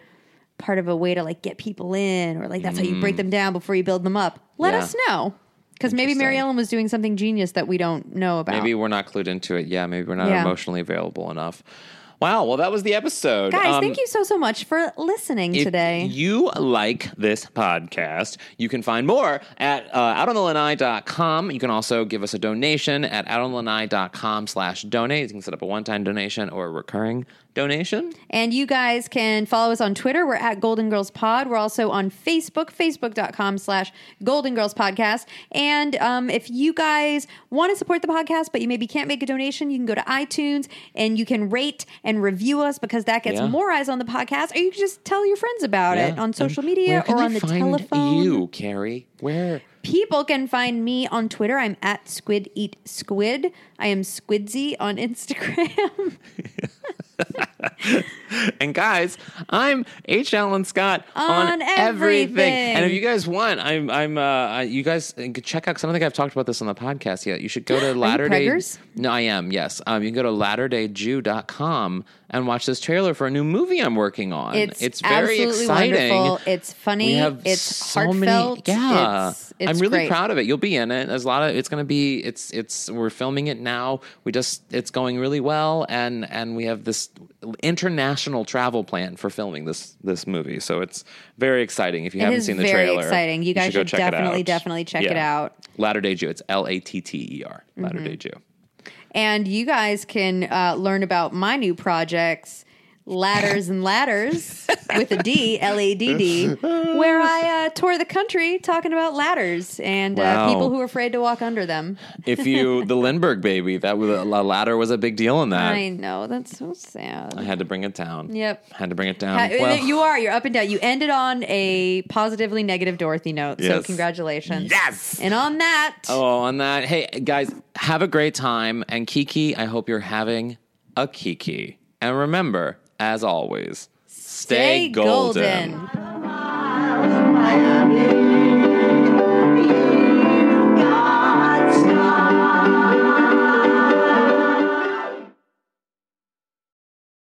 Speaker 3: part of a way to like get people in or like that's how you break them down before you build them up let
Speaker 4: Mm. Yeah.
Speaker 3: us know because maybe mary
Speaker 4: Interesting.
Speaker 3: ellen was doing something genius that we don't know about
Speaker 4: Maybe we're not clued into it. Yeah, maybe we're not
Speaker 3: Yeah.
Speaker 4: emotionally available enough. Wow. Well, that was the episode.
Speaker 3: guys
Speaker 4: Um,
Speaker 3: thank you so so much for listening
Speaker 4: If
Speaker 3: today
Speaker 4: you like this podcast, you can find more at uh, outonthelanai.com. You can also give us a donation at outonthelanai.com slash donate. You can set up a one-time donation or a recurring donation.
Speaker 3: And you guys can follow us on Twitter. We're at Golden Girls Pod. We're also on Facebook, facebook.com slash Golden Girls Podcast. And um, if you guys want to support the podcast, but you maybe can't make a donation, you can go to iTunes and you can rate and review us because that gets
Speaker 4: Yeah.
Speaker 3: more eyes on the podcast. Or you can just tell your friends about it
Speaker 4: Yeah.
Speaker 3: on social
Speaker 4: And
Speaker 3: media
Speaker 4: where can
Speaker 3: or
Speaker 4: they
Speaker 3: on the
Speaker 4: find
Speaker 3: telephone.
Speaker 4: You, Carrie, where?
Speaker 3: People can find me on Twitter. I'm at Squid Eat Squid. I am Squidzy on Instagram.
Speaker 4: And guys, I'm H. Allen Scott on,
Speaker 3: On
Speaker 4: everything.
Speaker 3: everything.
Speaker 4: And if you guys want, I'm, I'm, uh, you guys uh, check out because I don't think I've talked about this on the podcast yet. You should go to Latter Day.
Speaker 3: preggers?
Speaker 4: No, I am. Yes, um, you can go to latterdayjew.com and watch this trailer for a new movie I'm working on. It's, very exciting.
Speaker 3: It's funny.
Speaker 4: We have
Speaker 3: it's
Speaker 4: so
Speaker 3: heartfelt.
Speaker 4: Many, yeah,
Speaker 3: It's, it's
Speaker 4: I'm really
Speaker 3: great.
Speaker 4: proud of it. You'll be in it. There's a lot of. It's going to be. It's it's. We're filming it now. We just. It's going really well, and and we have this international travel plan for filming this this movie. So it's very exciting. If you
Speaker 3: It
Speaker 4: haven't
Speaker 3: is
Speaker 4: seen the
Speaker 3: very
Speaker 4: trailer,
Speaker 3: exciting. You guys
Speaker 4: go
Speaker 3: should
Speaker 4: check it
Speaker 3: definitely,
Speaker 4: out.
Speaker 3: definitely check it out. Mm-hmm.
Speaker 4: Latter Day Jew. It's L A T T E R. Latter Day Jew.
Speaker 3: And you guys can uh, learn about my new projects, Ladders and Ladders with a D, L A D D, where I uh, tour the country talking about ladders and
Speaker 4: Wow.
Speaker 3: uh, people who are afraid to walk under them.
Speaker 4: If you the Lindbergh baby, that was a ladder was a big deal in that.
Speaker 3: I
Speaker 4: I,
Speaker 3: know. That's so sad.
Speaker 4: had to bring it down.
Speaker 3: Yep.
Speaker 4: Had to bring it down.
Speaker 3: Ha-
Speaker 4: Well-
Speaker 3: you are. You're up and down. You ended on a positively negative Dorothy note. So
Speaker 4: Yes.
Speaker 3: congratulations.
Speaker 4: Yes!
Speaker 3: And on that,
Speaker 4: Oh, on that. Hey, guys, have a great time. And Kiki, I hope you're having a Kiki. And remember, as always, stay,
Speaker 3: stay golden.
Speaker 4: golden.
Speaker 1: Miami.